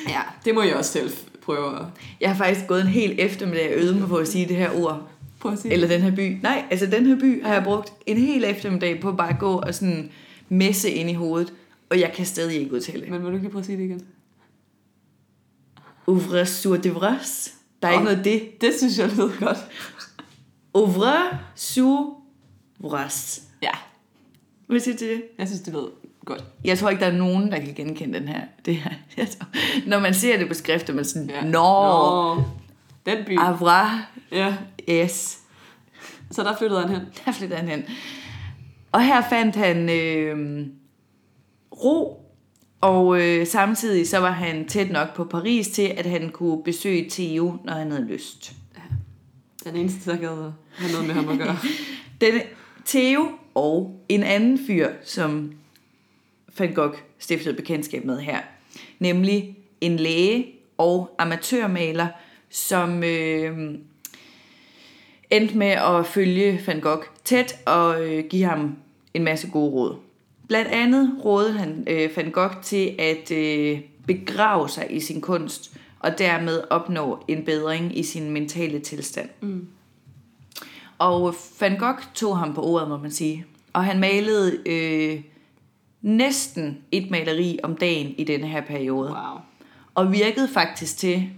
Speaker 3: Ja, det må jeg også selv prøve at,
Speaker 2: Jeg har faktisk gået en hel eftermiddag og øvet mig på at sige det her ord.
Speaker 3: prøve at sige.
Speaker 2: Eller den her by. Nej, altså den her by har jeg brugt en hel eftermiddag på bare at gå og sådan messe ind i hovedet. Og jeg kan stadig ikke udtale det.
Speaker 3: Men vil du ikke lige prøve at sige det igen?
Speaker 2: Ouvre sur de vras. Der er ikke
Speaker 3: Åh.
Speaker 2: noget det.
Speaker 3: Det synes jeg lyder godt.
Speaker 2: Ouvre sur vras.
Speaker 3: Ja,
Speaker 2: Hvad siger du til det?
Speaker 3: jeg synes, det lyder godt.
Speaker 2: Jeg tror ikke, der er nogen, der kan genkende den her. Det her. Jeg tror, når man ser det på skrift, er man sådan,
Speaker 3: Ja.
Speaker 2: ja. Nå,
Speaker 3: Nå. Den by.
Speaker 2: Avra,
Speaker 3: Ja.
Speaker 2: yes.
Speaker 3: Så der flyttede han hen.
Speaker 2: Der flyttede han hen. Og her fandt han øh, ro, og øh, samtidig så var han tæt nok på Paris til, at han kunne besøge Theo, når han havde lyst.
Speaker 3: Den eneste, der gad at have noget med ham at gøre.
Speaker 2: Denne Theo og en anden fyr, som Van Gogh stiftede bekendtskab med her, nemlig en læge og amatørmaler, som øh, endte med at følge Van Gogh tæt og øh, give ham en masse gode råd. Blandt andet rådede han øh, Van Gogh til at øh, begrave sig i sin kunst og dermed opnå en bedring i sin mentale tilstand. Og Van Gogh tog ham på ordet, må man sige. Og han malede øh, næsten et maleri om dagen i denne her periode. Wow.
Speaker 3: Wow.
Speaker 2: Og virkede faktisk til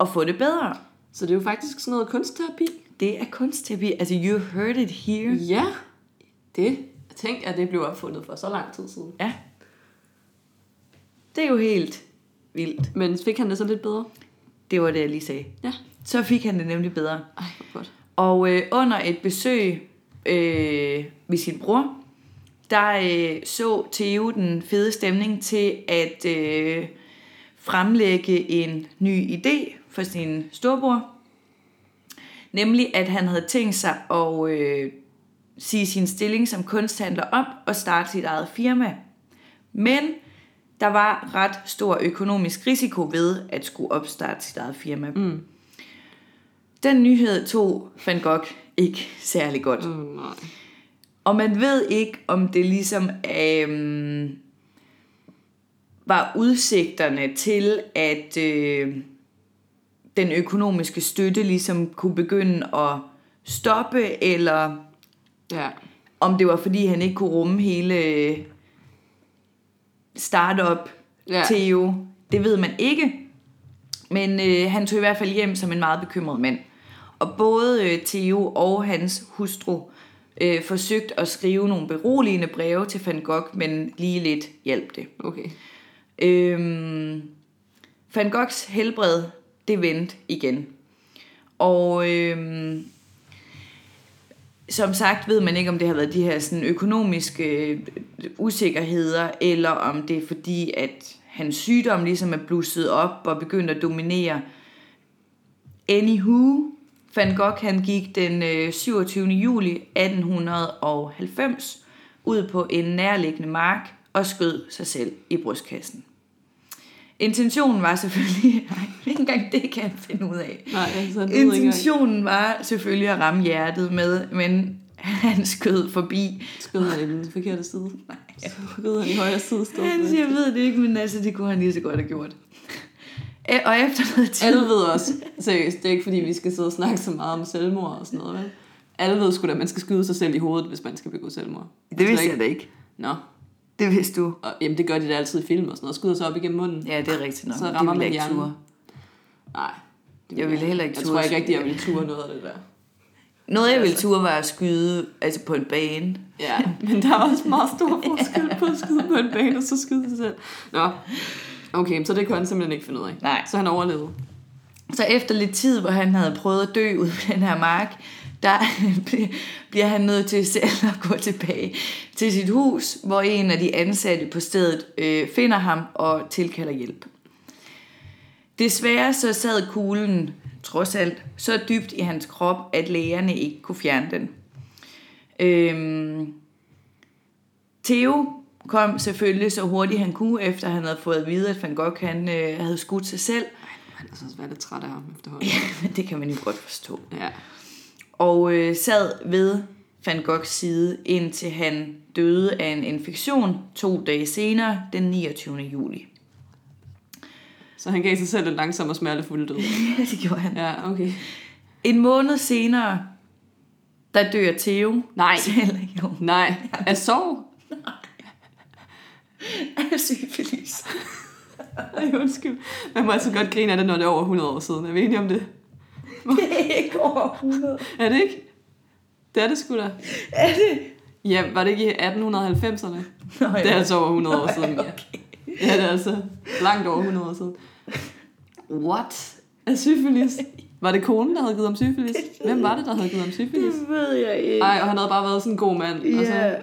Speaker 2: at få det bedre.
Speaker 3: Så det er jo faktisk sådan noget kunstterapi.
Speaker 2: Det er kunstterapi. Altså, you heard it here.
Speaker 3: Ja. Det. Tænk, at det blev opfundet for så lang tid siden.
Speaker 2: Ja. Det er jo helt vildt.
Speaker 3: Men fik han det så lidt bedre?
Speaker 2: Det var det, jeg lige sagde.
Speaker 3: Ja.
Speaker 2: Så fik han det nemlig bedre.
Speaker 3: Ej, hvor godt.
Speaker 2: Og øh, under et besøg øh, med sin bror, der øh, så Theo den fede stemning til at øh, fremlægge en ny idé for sin storbror. Nemlig at han havde tænkt sig at øh, sige sin stilling som kunsthandler op og starte sit eget firma. Men der var ret stor økonomisk risiko ved at skulle opstarte sit eget firma. Mm. Den nyhed tog Van Gogh ikke særlig godt.
Speaker 3: Oh, nej.
Speaker 2: Og man ved ikke, om det ligesom øhm, var udsigterne til, at øh, den økonomiske støtte ligesom kunne begynde at stoppe, eller
Speaker 3: Ja.
Speaker 2: om det var, fordi han ikke kunne rumme hele startup ja.
Speaker 3: Ja.
Speaker 2: Theo. Det ved man ikke. Men øh, han tog i hvert fald hjem som en meget bekymret mand. Og både øh, Theo og hans hustru øh, forsøgte at skrive nogle beroligende breve til Van Gogh, men lige lidt hjalp det.
Speaker 3: Okay.
Speaker 2: Øhm, Van Goghs helbred, det vendte igen. Og øhm, som sagt ved man ikke, om det har været de her sådan, økonomiske øh, usikkerheder, eller om det er fordi, at hans sygdom ligesom er blusset op og begyndt at dominere. Anywho, Van Gogh han gik den øh, 27. juli 1890 ud på en nærliggende mark og skød sig selv i brystkassen. Intentionen var selvfølgelig... Nej, ikke engang det kan jeg finde ud af.
Speaker 3: Nej, altså, det ved jeg ikke engang.
Speaker 2: Intentionen var selvfølgelig at ramme hjertet med, men han skød forbi.
Speaker 3: Skød han i den forkerte side? Nej. Skød han i højre side? Stod
Speaker 2: Han
Speaker 3: det.
Speaker 2: siger, jeg ved det ikke, men altså, det kunne han lige så godt have gjort. E- Og efter noget tid...
Speaker 3: Alle ved også, seriøst, det er ikke fordi, vi skal sidde og snakke så meget om selvmord og sådan noget, vel? Alle ved sgu da, at man skal skyde sig selv i hovedet, hvis man skal begå selvmord. Altså,
Speaker 2: da ikke.
Speaker 3: Nå,
Speaker 2: Det vidste du.
Speaker 3: og, jamen det gør de da altid i film og sådan noget. Skyder sig op igennem munden.
Speaker 2: Ja, det er rigtigt nok.
Speaker 3: Så
Speaker 2: Det
Speaker 3: rammer
Speaker 2: ville
Speaker 3: man
Speaker 2: jeg ikke
Speaker 3: hjernen.
Speaker 2: turde.
Speaker 3: Nej. det
Speaker 2: Jeg ville heller ikke
Speaker 3: Jeg
Speaker 2: turde
Speaker 3: tror ikke
Speaker 2: skyde.
Speaker 3: rigtigt, jeg ville ture noget af det der.
Speaker 2: Noget, jeg ville
Speaker 3: altså-
Speaker 2: ture, var at skyde altså på en bane.
Speaker 3: Ja, men der er også meget stor forskel på at skyde på en bane, og så skyde sig selv. Nå, okay, så det kunne han simpelthen ikke finde ud af.
Speaker 2: Nej.
Speaker 3: Så han overlevede.
Speaker 2: Så efter lidt tid, hvor han havde prøvet at dø ud på den her mark, der bliver han nødt til selv at gå tilbage til sit hus, hvor en af de ansatte på stedet øh, finder ham og tilkalder hjælp. Desværre så sad kuglen, trods alt, så dybt i hans krop, at lægerne ikke kunne fjerne den. Øhm, Theo kom selvfølgelig så hurtigt han kunne, efter han havde fået at vide, at Van Gogh han, øh, havde skudt sig selv.
Speaker 3: Han har så også været lidt træt af ham efterhånden.
Speaker 2: Ja, det kan man jo godt forstå.
Speaker 3: Ja.
Speaker 2: Og øh, sad ved Van Goghs side, indtil han døde af en infektion to dage senere, den 29. juli.
Speaker 3: Så han gav sig selv en langsom og smertefuld død.
Speaker 2: Ja, det gjorde han.
Speaker 3: Ja, okay.
Speaker 2: En måned senere, der dør Theo.
Speaker 3: Nej.
Speaker 2: Selv jo.
Speaker 3: Nej, af sorg?
Speaker 2: Af syfilis.
Speaker 3: Ej, undskyld. Man må altså godt grine af det, når det er over 100 år siden. Er vi enige om det?
Speaker 2: Det er ikke over 100.
Speaker 3: Er det ikke? Det er det sgu da. Er det? Ja, var det ikke i 1890'erne?
Speaker 2: Nå,
Speaker 3: Det er
Speaker 2: ja.
Speaker 3: altså over 100 år siden, ja. Ja, det er altså langt over 100 år siden. What? Er syfilis? Var det konen, der havde givet ham syfilis? Hvem var det, der havde givet ham syfilis?
Speaker 2: Det ved jeg ikke.
Speaker 3: Nej, og han havde bare været sådan en god mand. Og så,
Speaker 2: Ja.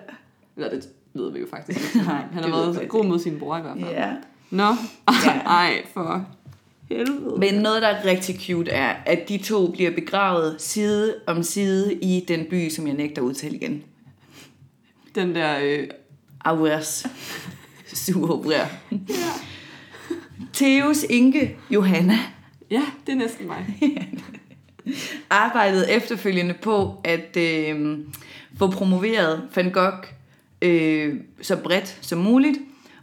Speaker 3: eller det ved vi jo faktisk ikke.
Speaker 2: Nej,
Speaker 3: Han
Speaker 2: det
Speaker 3: har
Speaker 2: ved vi
Speaker 3: været
Speaker 2: faktisk
Speaker 3: god mod sin bror i hvert fald.
Speaker 2: ja.
Speaker 3: Nå,
Speaker 2: Ja.
Speaker 3: ej for helvede.
Speaker 2: Men noget, der er rigtig cute, er, at de to bliver begravet side om side i den by, som jeg nægter at udtale igen.
Speaker 3: Den der, øh,
Speaker 2: Auers. Surbrør. Theos enke, Johanna,
Speaker 3: ja, det er næsten mig.
Speaker 2: arbejdede efterfølgende på at øh, få promoveret Van Gogh øh, så bredt som muligt,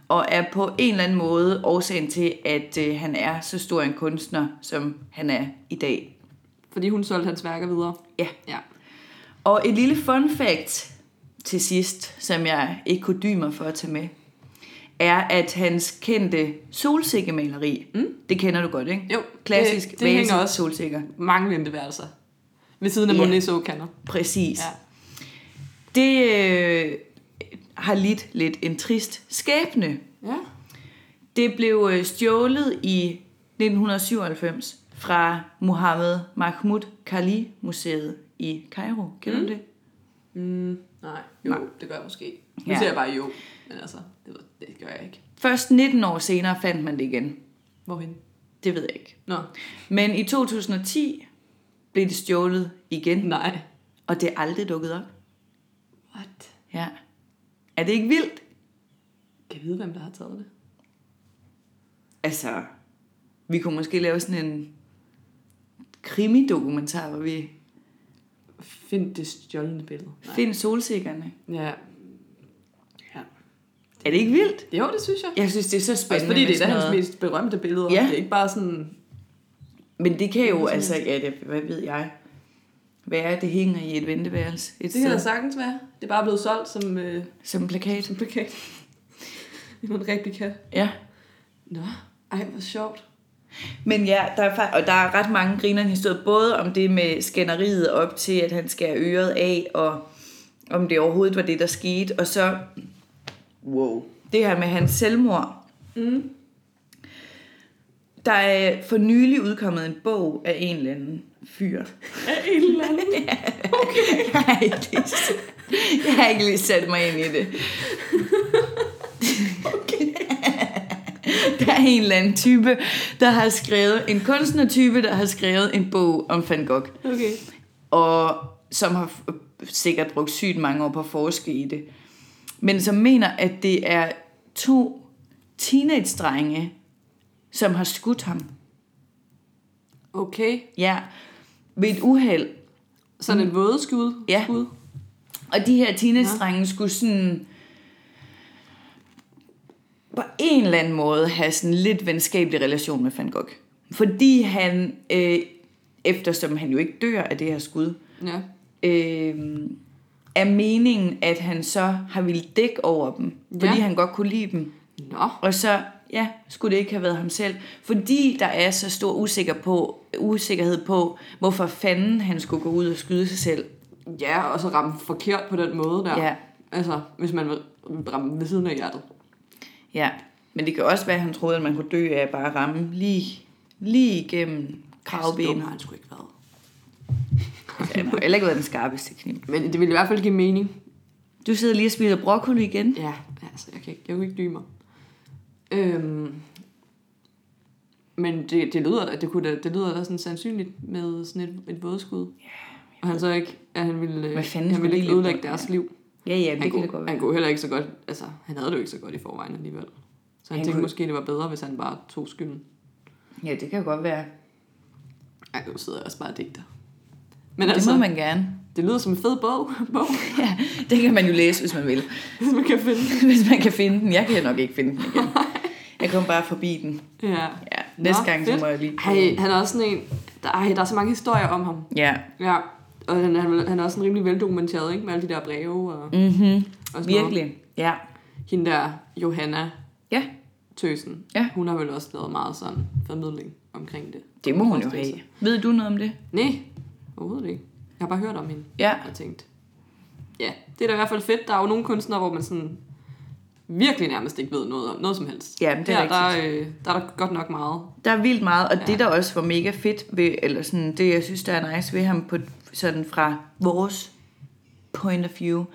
Speaker 2: og er på en eller anden måde årsagen til, at øh, han er så stor en kunstner, som han er i dag.
Speaker 3: Fordi hun solgte hans værker videre.
Speaker 2: Ja.
Speaker 3: Ja.
Speaker 2: Og et lille fun fact til sidst, som jeg ikke kunne dy mig for at tage med, er, at hans kendte solsikkemaleri, mm. det kender du godt, ikke?
Speaker 3: Jo,
Speaker 2: Klassisk
Speaker 3: det, det hænger også
Speaker 2: solsikker.
Speaker 3: mange venteværelser. Ved siden af
Speaker 2: Ja.
Speaker 3: yeah. Monets åkander.
Speaker 2: Præcis. Ja.
Speaker 3: Ja.
Speaker 2: Det øh, har lidt lidt en trist skæbne.
Speaker 3: Ja.
Speaker 2: Det blev øh, stjålet i 1997 fra Mohammed Mahmoud Kali Museet i Cairo. Kender mm. du det?
Speaker 3: Mm, nej, jo,
Speaker 2: Nej.
Speaker 3: nej. det gør jeg måske. Nu
Speaker 2: Ja.
Speaker 3: ja. siger jeg bare jo, men altså, det, ved- det gør jeg ikke.
Speaker 2: Først 19 år senere fandt man det igen.
Speaker 3: Hvorhen?
Speaker 2: Det ved jeg ikke.
Speaker 3: Nå,
Speaker 2: Men i 2010 blev det stjålet igen,
Speaker 3: nej.
Speaker 2: og det er aldrig dukket op.
Speaker 3: What?
Speaker 2: Ja. Er det ikke vildt?
Speaker 3: Kan jeg vide, hvem der har taget det?
Speaker 2: Altså, vi kunne måske lave sådan en krimidokumentar, hvor vi
Speaker 3: Find det stjålne billede. Nej.
Speaker 2: finder solsikkerne.
Speaker 3: Ja. ja.
Speaker 2: Er det ikke vildt?
Speaker 3: Jo, det synes jeg.
Speaker 2: Jeg synes, det er så
Speaker 3: Også
Speaker 2: spændende.
Speaker 3: fordi
Speaker 2: med
Speaker 3: det er da
Speaker 2: sådan
Speaker 3: hans
Speaker 2: noget.
Speaker 3: mest berømte billeder.
Speaker 2: Ja.
Speaker 3: Ja. Det er ikke bare sådan...
Speaker 2: Men det kan jo altså, ja, det, hvad ved jeg, være, at det hænger i et venteværelse et
Speaker 3: Det kan da
Speaker 2: sted,
Speaker 3: sagtens være. Det er bare blevet solgt som, øh,
Speaker 2: som en plakat.
Speaker 3: som plakat. Det er en rigtig kat.
Speaker 2: Ja.
Speaker 3: Nå, ej, hvor sjovt.
Speaker 2: Men ja, der er, fa- og der er ret mange grinerne historier, både om det med skænderiet op til, at han skærer øret af, og om det overhovedet var det, der skete, og så
Speaker 3: Wow.
Speaker 2: det her med hans selvmord. Mm. Der er for nylig udkommet en bog af en eller anden fyr.
Speaker 3: Af en eller anden.
Speaker 2: Jeg har ikke lige, jeg har ikke lige sat mig ind i det. Der er en eller anden type, der har skrevet, en kunstnertype, der har skrevet en bog om Van Gogh,
Speaker 3: Okay.
Speaker 2: og som har f- sikkert brugt sygt mange år på at forske i det, men som mener, at det er to teenage-drenge, som har skudt ham.
Speaker 3: Okay.
Speaker 2: Ja, ved et uheld.
Speaker 3: Sådan et våde skud.
Speaker 2: Mm. Ja.
Speaker 3: Skud.
Speaker 2: Og de her teenage-drenge skulle sådan på en eller anden måde have sådan lidt venskabelig relation med Van Gogh. Fordi han, øh, eftersom han jo ikke dør af det her skud,
Speaker 3: Ja.
Speaker 2: øh, er meningen, at han så har ville dække over dem, fordi
Speaker 3: Ja.
Speaker 2: han godt kunne lide dem.
Speaker 3: Nå.
Speaker 2: Og så, ja, skulle det ikke have været ham selv. Fordi der er så stor usikker på, usikkerhed på, hvorfor fanden han skulle gå ud og skyde sig selv.
Speaker 3: Ja, og så ramme forkert på den måde der.
Speaker 2: Ja.
Speaker 3: Altså, hvis man vil ramme ved siden af hjertet.
Speaker 2: Ja, men det kan også være, at han troede, at man kunne dø af at bare ramme lige, lige igennem
Speaker 3: Så dum
Speaker 2: kravbenet.
Speaker 3: har han sgu ikke været.
Speaker 2: Altså, han har heller ikke været den skarpeste kniv.
Speaker 3: Men det ville i hvert fald give mening.
Speaker 2: Du sidder lige og spiser broccoli igen.
Speaker 3: Ja, altså, jeg kan ikke, jeg kan ikke dybe mig. Øhm, men det, det lyder da, det, kunne da, det lyder da sådan sandsynligt med sådan et, et vådeskud. Ja, og han så ikke, at han ville, øh,
Speaker 2: Hvad fanden
Speaker 3: han
Speaker 2: skulle
Speaker 3: ville
Speaker 2: de
Speaker 3: ikke
Speaker 2: lige
Speaker 3: ødelægge
Speaker 2: bruge-
Speaker 3: deres
Speaker 2: ja.
Speaker 3: liv.
Speaker 2: Ja, ja,
Speaker 3: Han
Speaker 2: det kan det godt
Speaker 3: kunne,
Speaker 2: være.
Speaker 3: han kunne heller ikke så godt, altså han havde det jo ikke så godt i forvejen alligevel. Så han,
Speaker 2: Han
Speaker 3: tænkte
Speaker 2: kunne-
Speaker 3: måske, det var bedre, hvis han bare tog skylden.
Speaker 2: Ja, det kan godt være.
Speaker 3: Ej, nu sidder jeg også bare og digter. Men
Speaker 2: Det
Speaker 3: altså,
Speaker 2: må man gerne.
Speaker 3: det lyder som en fed bog, bog
Speaker 2: Ja, det kan man jo læse, hvis man vil.
Speaker 3: hvis man kan finde.
Speaker 2: Hvis man kan finde den. Jeg kan nok ikke finde den igen. Jeg kom bare forbi den.
Speaker 3: Ja.
Speaker 2: Ja, næste gang, så
Speaker 3: fedt.
Speaker 2: må jeg lige...
Speaker 3: Ej, han er også sådan en... Der, ej, der er så mange historier om ham.
Speaker 2: Ja,
Speaker 3: Ja, og han, han, han er også sådan rimelig veldokumenteret, ikke? Med alle de der breve og,
Speaker 2: mm-hmm.
Speaker 3: og sådan
Speaker 2: virkelig. Ja.
Speaker 3: Noget. Hende der, Johanna
Speaker 2: Ja,
Speaker 3: Tøsen,
Speaker 2: Ja.
Speaker 3: hun har vel også lavet meget sådan formidling omkring det.
Speaker 2: det må hun jo have. Ved du noget om det?
Speaker 3: Nej, overhovedet ikke. Jeg har bare hørt om hende
Speaker 2: Ja,
Speaker 3: og tænkt, ja, det er da i hvert fald fedt. Der er jo nogle kunstnere, hvor man sådan virkelig nærmest ikke ved noget om noget som helst.
Speaker 2: Ja, men det er
Speaker 3: her, der, øh, der er der godt nok meget.
Speaker 2: Der er vildt meget, og ja.
Speaker 3: Ja.
Speaker 2: det der også var mega fedt ved, eller sådan, det jeg synes, der er nice ved ham, på, sådan fra vores point of view,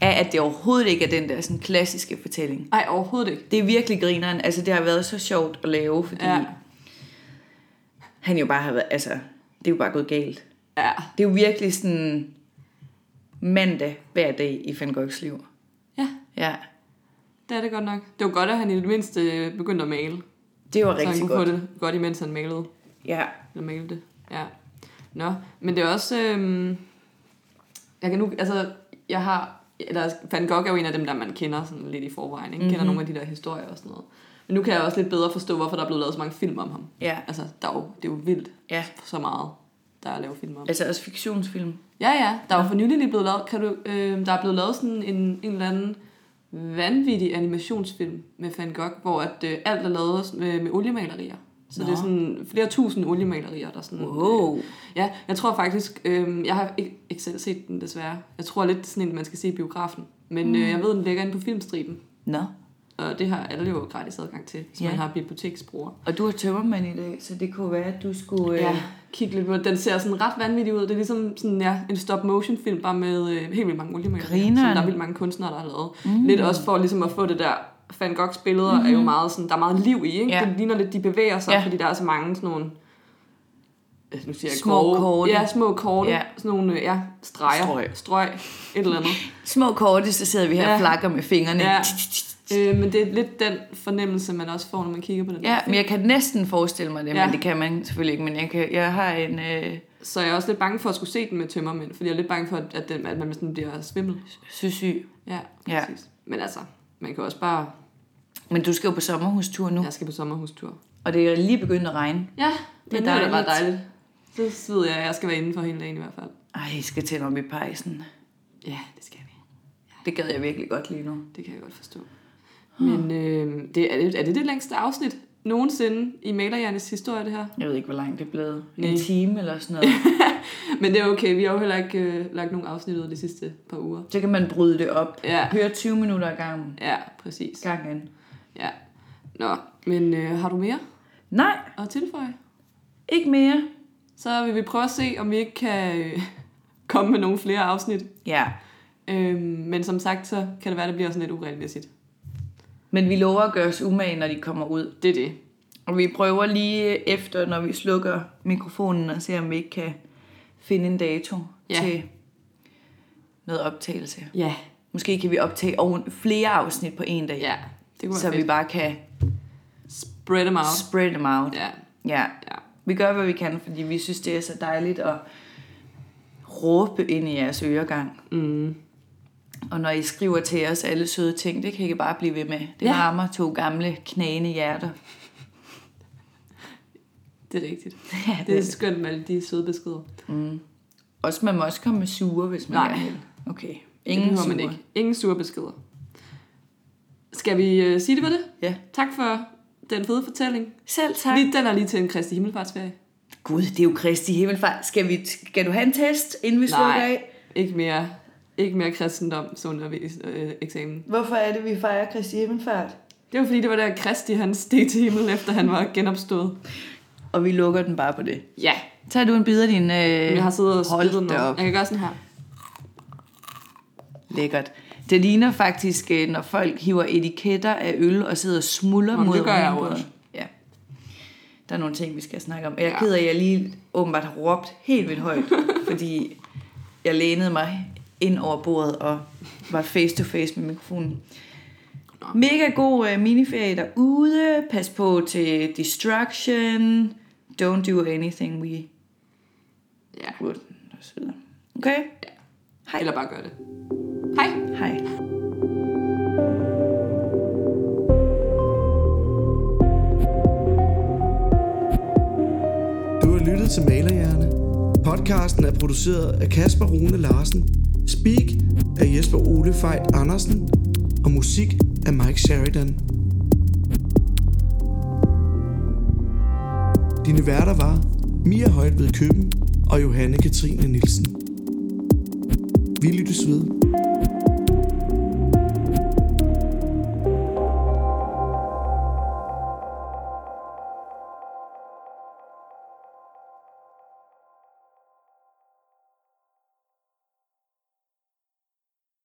Speaker 2: er, at det overhovedet ikke er den der sådan, klassiske fortælling.
Speaker 3: Ej, overhovedet ikke.
Speaker 2: Det er virkelig grineren. Altså, det har været så sjovt at lave, fordi ja.
Speaker 3: Ja.
Speaker 2: han jo bare har været, altså, det er jo bare gået galt.
Speaker 3: Ja,
Speaker 2: Det er jo virkelig sådan mandag hver dag i Van Goghs liv.
Speaker 3: ja
Speaker 2: Ja,
Speaker 3: det er det godt nok. Det var godt, at han i det mindste øh, begyndte at male.
Speaker 2: det var
Speaker 3: så han
Speaker 2: rigtig
Speaker 3: kunne
Speaker 2: godt.
Speaker 3: få det godt, imens han malede.
Speaker 2: Ja,
Speaker 3: Eller mailede det. Ja. Nå, men det er også... Øhm, jeg kan nu... Altså, jeg har... Eller Van Gogh er jo en af dem, der man kender sådan lidt i forvejen. Ikke?
Speaker 2: Mhm.
Speaker 3: Kender nogle af de der historier og sådan noget. Men nu kan jeg også lidt bedre forstå, hvorfor der er blevet lavet så mange film om ham.
Speaker 2: ja,
Speaker 3: Altså, der er jo, det er jo vildt
Speaker 2: ja.
Speaker 3: så meget, der er at lave film om.
Speaker 2: Altså også fiktionsfilm.
Speaker 3: Ja, ja. Der er jo for nylig lige blevet lavet... Kan du, øh, der er blevet lavet sådan en, en eller anden vanvittig animationsfilm med Van Gogh, hvor at, øh, alt er lavet med, med oliemalerier. Så Nå.
Speaker 2: Nå.
Speaker 3: det er sådan flere tusind oliemalerier, der sådan...
Speaker 2: Wow.
Speaker 3: Ja, jeg tror faktisk, øh, jeg har ikke, ikke selv set
Speaker 2: Mm.
Speaker 3: den desværre. Jeg tror lidt sådan en, man skal se i biografen. Men øh, jeg ved, den ligger inde på filmstriben.
Speaker 2: Nå.
Speaker 3: Og det har alle jo gratis adgang til, hvis
Speaker 2: Ja.
Speaker 3: ja. man har biblioteksbruger.
Speaker 2: Og du har tømmermand i dag, så det kunne være, at du skulle... øh,
Speaker 3: Ja, kig øh, lidt på. Den ser sådan ret vanvittig ud. Det er ligesom sådan, ja, en stop-motion-film, bare med øh, helt vildt mange oliemaler,
Speaker 2: Grineren.
Speaker 3: som der er vildt mange kunstnere, der har lavet. Mm. Lidt også for ligesom at få det der Van Goghs billeder mm. er jo meget sådan, der er meget liv i, ikke?
Speaker 2: Mm-hmm. Ja.
Speaker 3: Ja. Det ligner lidt, de bevæger sig,
Speaker 2: Ja.
Speaker 3: ja. fordi der er så mange sådan nogle øh, nu siger jeg
Speaker 2: Små
Speaker 3: grove-
Speaker 2: korte.
Speaker 3: Ja, små korte.
Speaker 2: Ja.
Speaker 3: Ja. Sådan nogle, øh, ja, streger.
Speaker 2: Strøg.
Speaker 3: Strøg. Et eller andet.
Speaker 2: Små korte, så sidder vi her ja. og
Speaker 3: Ja.
Speaker 2: flakker med fingrene.
Speaker 3: Ja. Øh, men det er lidt den fornemmelse, man også får, når man kigger på den
Speaker 2: Ja, men jeg kan næsten forestille mig det, ja.
Speaker 3: Ja.
Speaker 2: men det kan man selvfølgelig ikke. Men jeg, kan, jeg har en... Øh,
Speaker 3: Så jeg er også lidt bange for at skulle se den med tømmermænd, fordi jeg er lidt bange for, at, den, at man sådan bliver svimmel.
Speaker 2: søsyg.
Speaker 3: Ja,
Speaker 2: Ja.
Speaker 3: præcis. Men altså, man kan også bare...
Speaker 2: Men du skal jo på sommerhustur nu, ja.
Speaker 3: Jeg skal på sommerhustur.
Speaker 2: og det er lige begyndt at regne.
Speaker 3: Ja,
Speaker 2: Det er
Speaker 3: det er da bare
Speaker 2: dejligt.
Speaker 3: dejligt. Så ved jeg, at jeg skal være indenfor hele dagen i hvert fald.
Speaker 2: Ej, jeg skal tænde op i pejsen.
Speaker 3: Ja, det skal vi.
Speaker 2: Det gad jeg virkelig godt lige nu.
Speaker 3: Det kan jeg godt forstå. Men øh, det, er, det, er det det længste afsnit nogensinde i Malerjernes historie, det her?
Speaker 2: Jeg ved ikke, hvor langt det er blevet. En
Speaker 3: Nej.
Speaker 2: time eller sådan noget.
Speaker 3: Men det er okay, vi har jo heller ikke øh, lagt nogen afsnit ud de sidste par uger.
Speaker 2: Så kan man bryde det op.
Speaker 3: Ja,
Speaker 2: Høre 20 minutter ad gangen.
Speaker 3: ja, præcis.
Speaker 2: gangen.
Speaker 3: Ja. Nå, men øh, har du mere
Speaker 2: Nej,
Speaker 3: at tilføje?
Speaker 2: ikke mere.
Speaker 3: Så vil vi prøve at se, om vi ikke kan øh, komme med nogle flere afsnit
Speaker 2: Ja,
Speaker 3: Øhm, men som sagt, så kan det være, at det bliver sådan lidt uregelmæssigt.
Speaker 2: men vi lover at gøre os umage, når de kommer ud.
Speaker 3: Det er det.
Speaker 2: Og vi prøver lige efter, når vi slukker mikrofonen, og ser, om vi ikke kan finde en dato ja.
Speaker 3: Ja.
Speaker 2: til noget optagelse.
Speaker 3: Ja.
Speaker 2: Måske kan vi optage oven, flere afsnit på en dag,
Speaker 3: Ja, det kunne være
Speaker 2: så
Speaker 3: fedt.
Speaker 2: vi bare kan
Speaker 3: Spread them out.
Speaker 2: spread dem out.
Speaker 3: Ja,
Speaker 2: Ja.
Speaker 3: ja.
Speaker 2: Vi gør, hvad vi kan, fordi vi synes, det er så dejligt at råbe ind i jeres øregang.
Speaker 3: Mm.
Speaker 2: Og når I skriver til os alle søde ting, det kan I bare blive ved med. Det
Speaker 3: Ja.
Speaker 2: varmer to gamle, knagende hjerter.
Speaker 3: Det er rigtigt.
Speaker 2: Ja,
Speaker 3: Det er skønt med alle de søde beskeder.
Speaker 2: Også man må også komme med sure, hvis man
Speaker 3: Nej.
Speaker 2: gerne vil. Okay.
Speaker 3: det
Speaker 2: Ingen
Speaker 3: behøver
Speaker 2: sure.
Speaker 3: man ikke. Ingen sure beskeder. Skal vi øh, sige det ved det?
Speaker 2: Ja.
Speaker 3: Tak for den fede fortælling.
Speaker 2: Selv tak.
Speaker 3: Lige, den er lige til en Kristi Himmelfartsferie.
Speaker 2: Gud, det er jo Kristi himmelfart. Skal, vi, skal du have en test, inden vi slukker af?
Speaker 3: ikke mere. Ikke mere kristendom som undervis, øh, eksamen.
Speaker 2: Hvorfor er det, vi fejrer Kristi himmelfart?
Speaker 3: Det var fordi, det var der Kristi, han steg til himmel, efter han var genopstået.
Speaker 2: Og vi lukker den bare på det.
Speaker 3: Ja.
Speaker 2: Tager du en bid af din... Øh...
Speaker 3: Jeg har siddet og
Speaker 2: Hold
Speaker 3: spillet
Speaker 2: da
Speaker 3: noget.
Speaker 2: op.
Speaker 3: Jeg kan gøre sådan her.
Speaker 2: Lækkert. Det ligner faktisk, øh, når folk hiver etiketter af øl og sidder og smuldrer
Speaker 3: Nå, men
Speaker 2: mod
Speaker 3: det gør jeg jo
Speaker 2: vinbordet.
Speaker 3: også.
Speaker 2: Ja. Der er nogle ting, vi skal snakke om. Jeg er
Speaker 3: Ja.
Speaker 2: ked af, at jeg lige åbenbart har råbt helt vildt højt, fordi jeg lænede mig ind over bordet og var face to face med mikrofonen.
Speaker 3: Nå.
Speaker 2: Mega god øh, miniferie derude. Pas på til destruction. Don't do anything we
Speaker 3: Ja.
Speaker 2: would. og så videre. Okay? Hej.
Speaker 3: Eller bare gør det. Hej.
Speaker 2: Hej.
Speaker 1: Du har lyttet til Malerhjerne. Podcasten er produceret af Kasper Rune Larsen. Speak af Jesper Ole Fejt Andersen. Og musik af Mike Sheridan. Dine værter var Mia Højt ved Køben og Johanne Katrine Nielsen. Vi lyttes ved.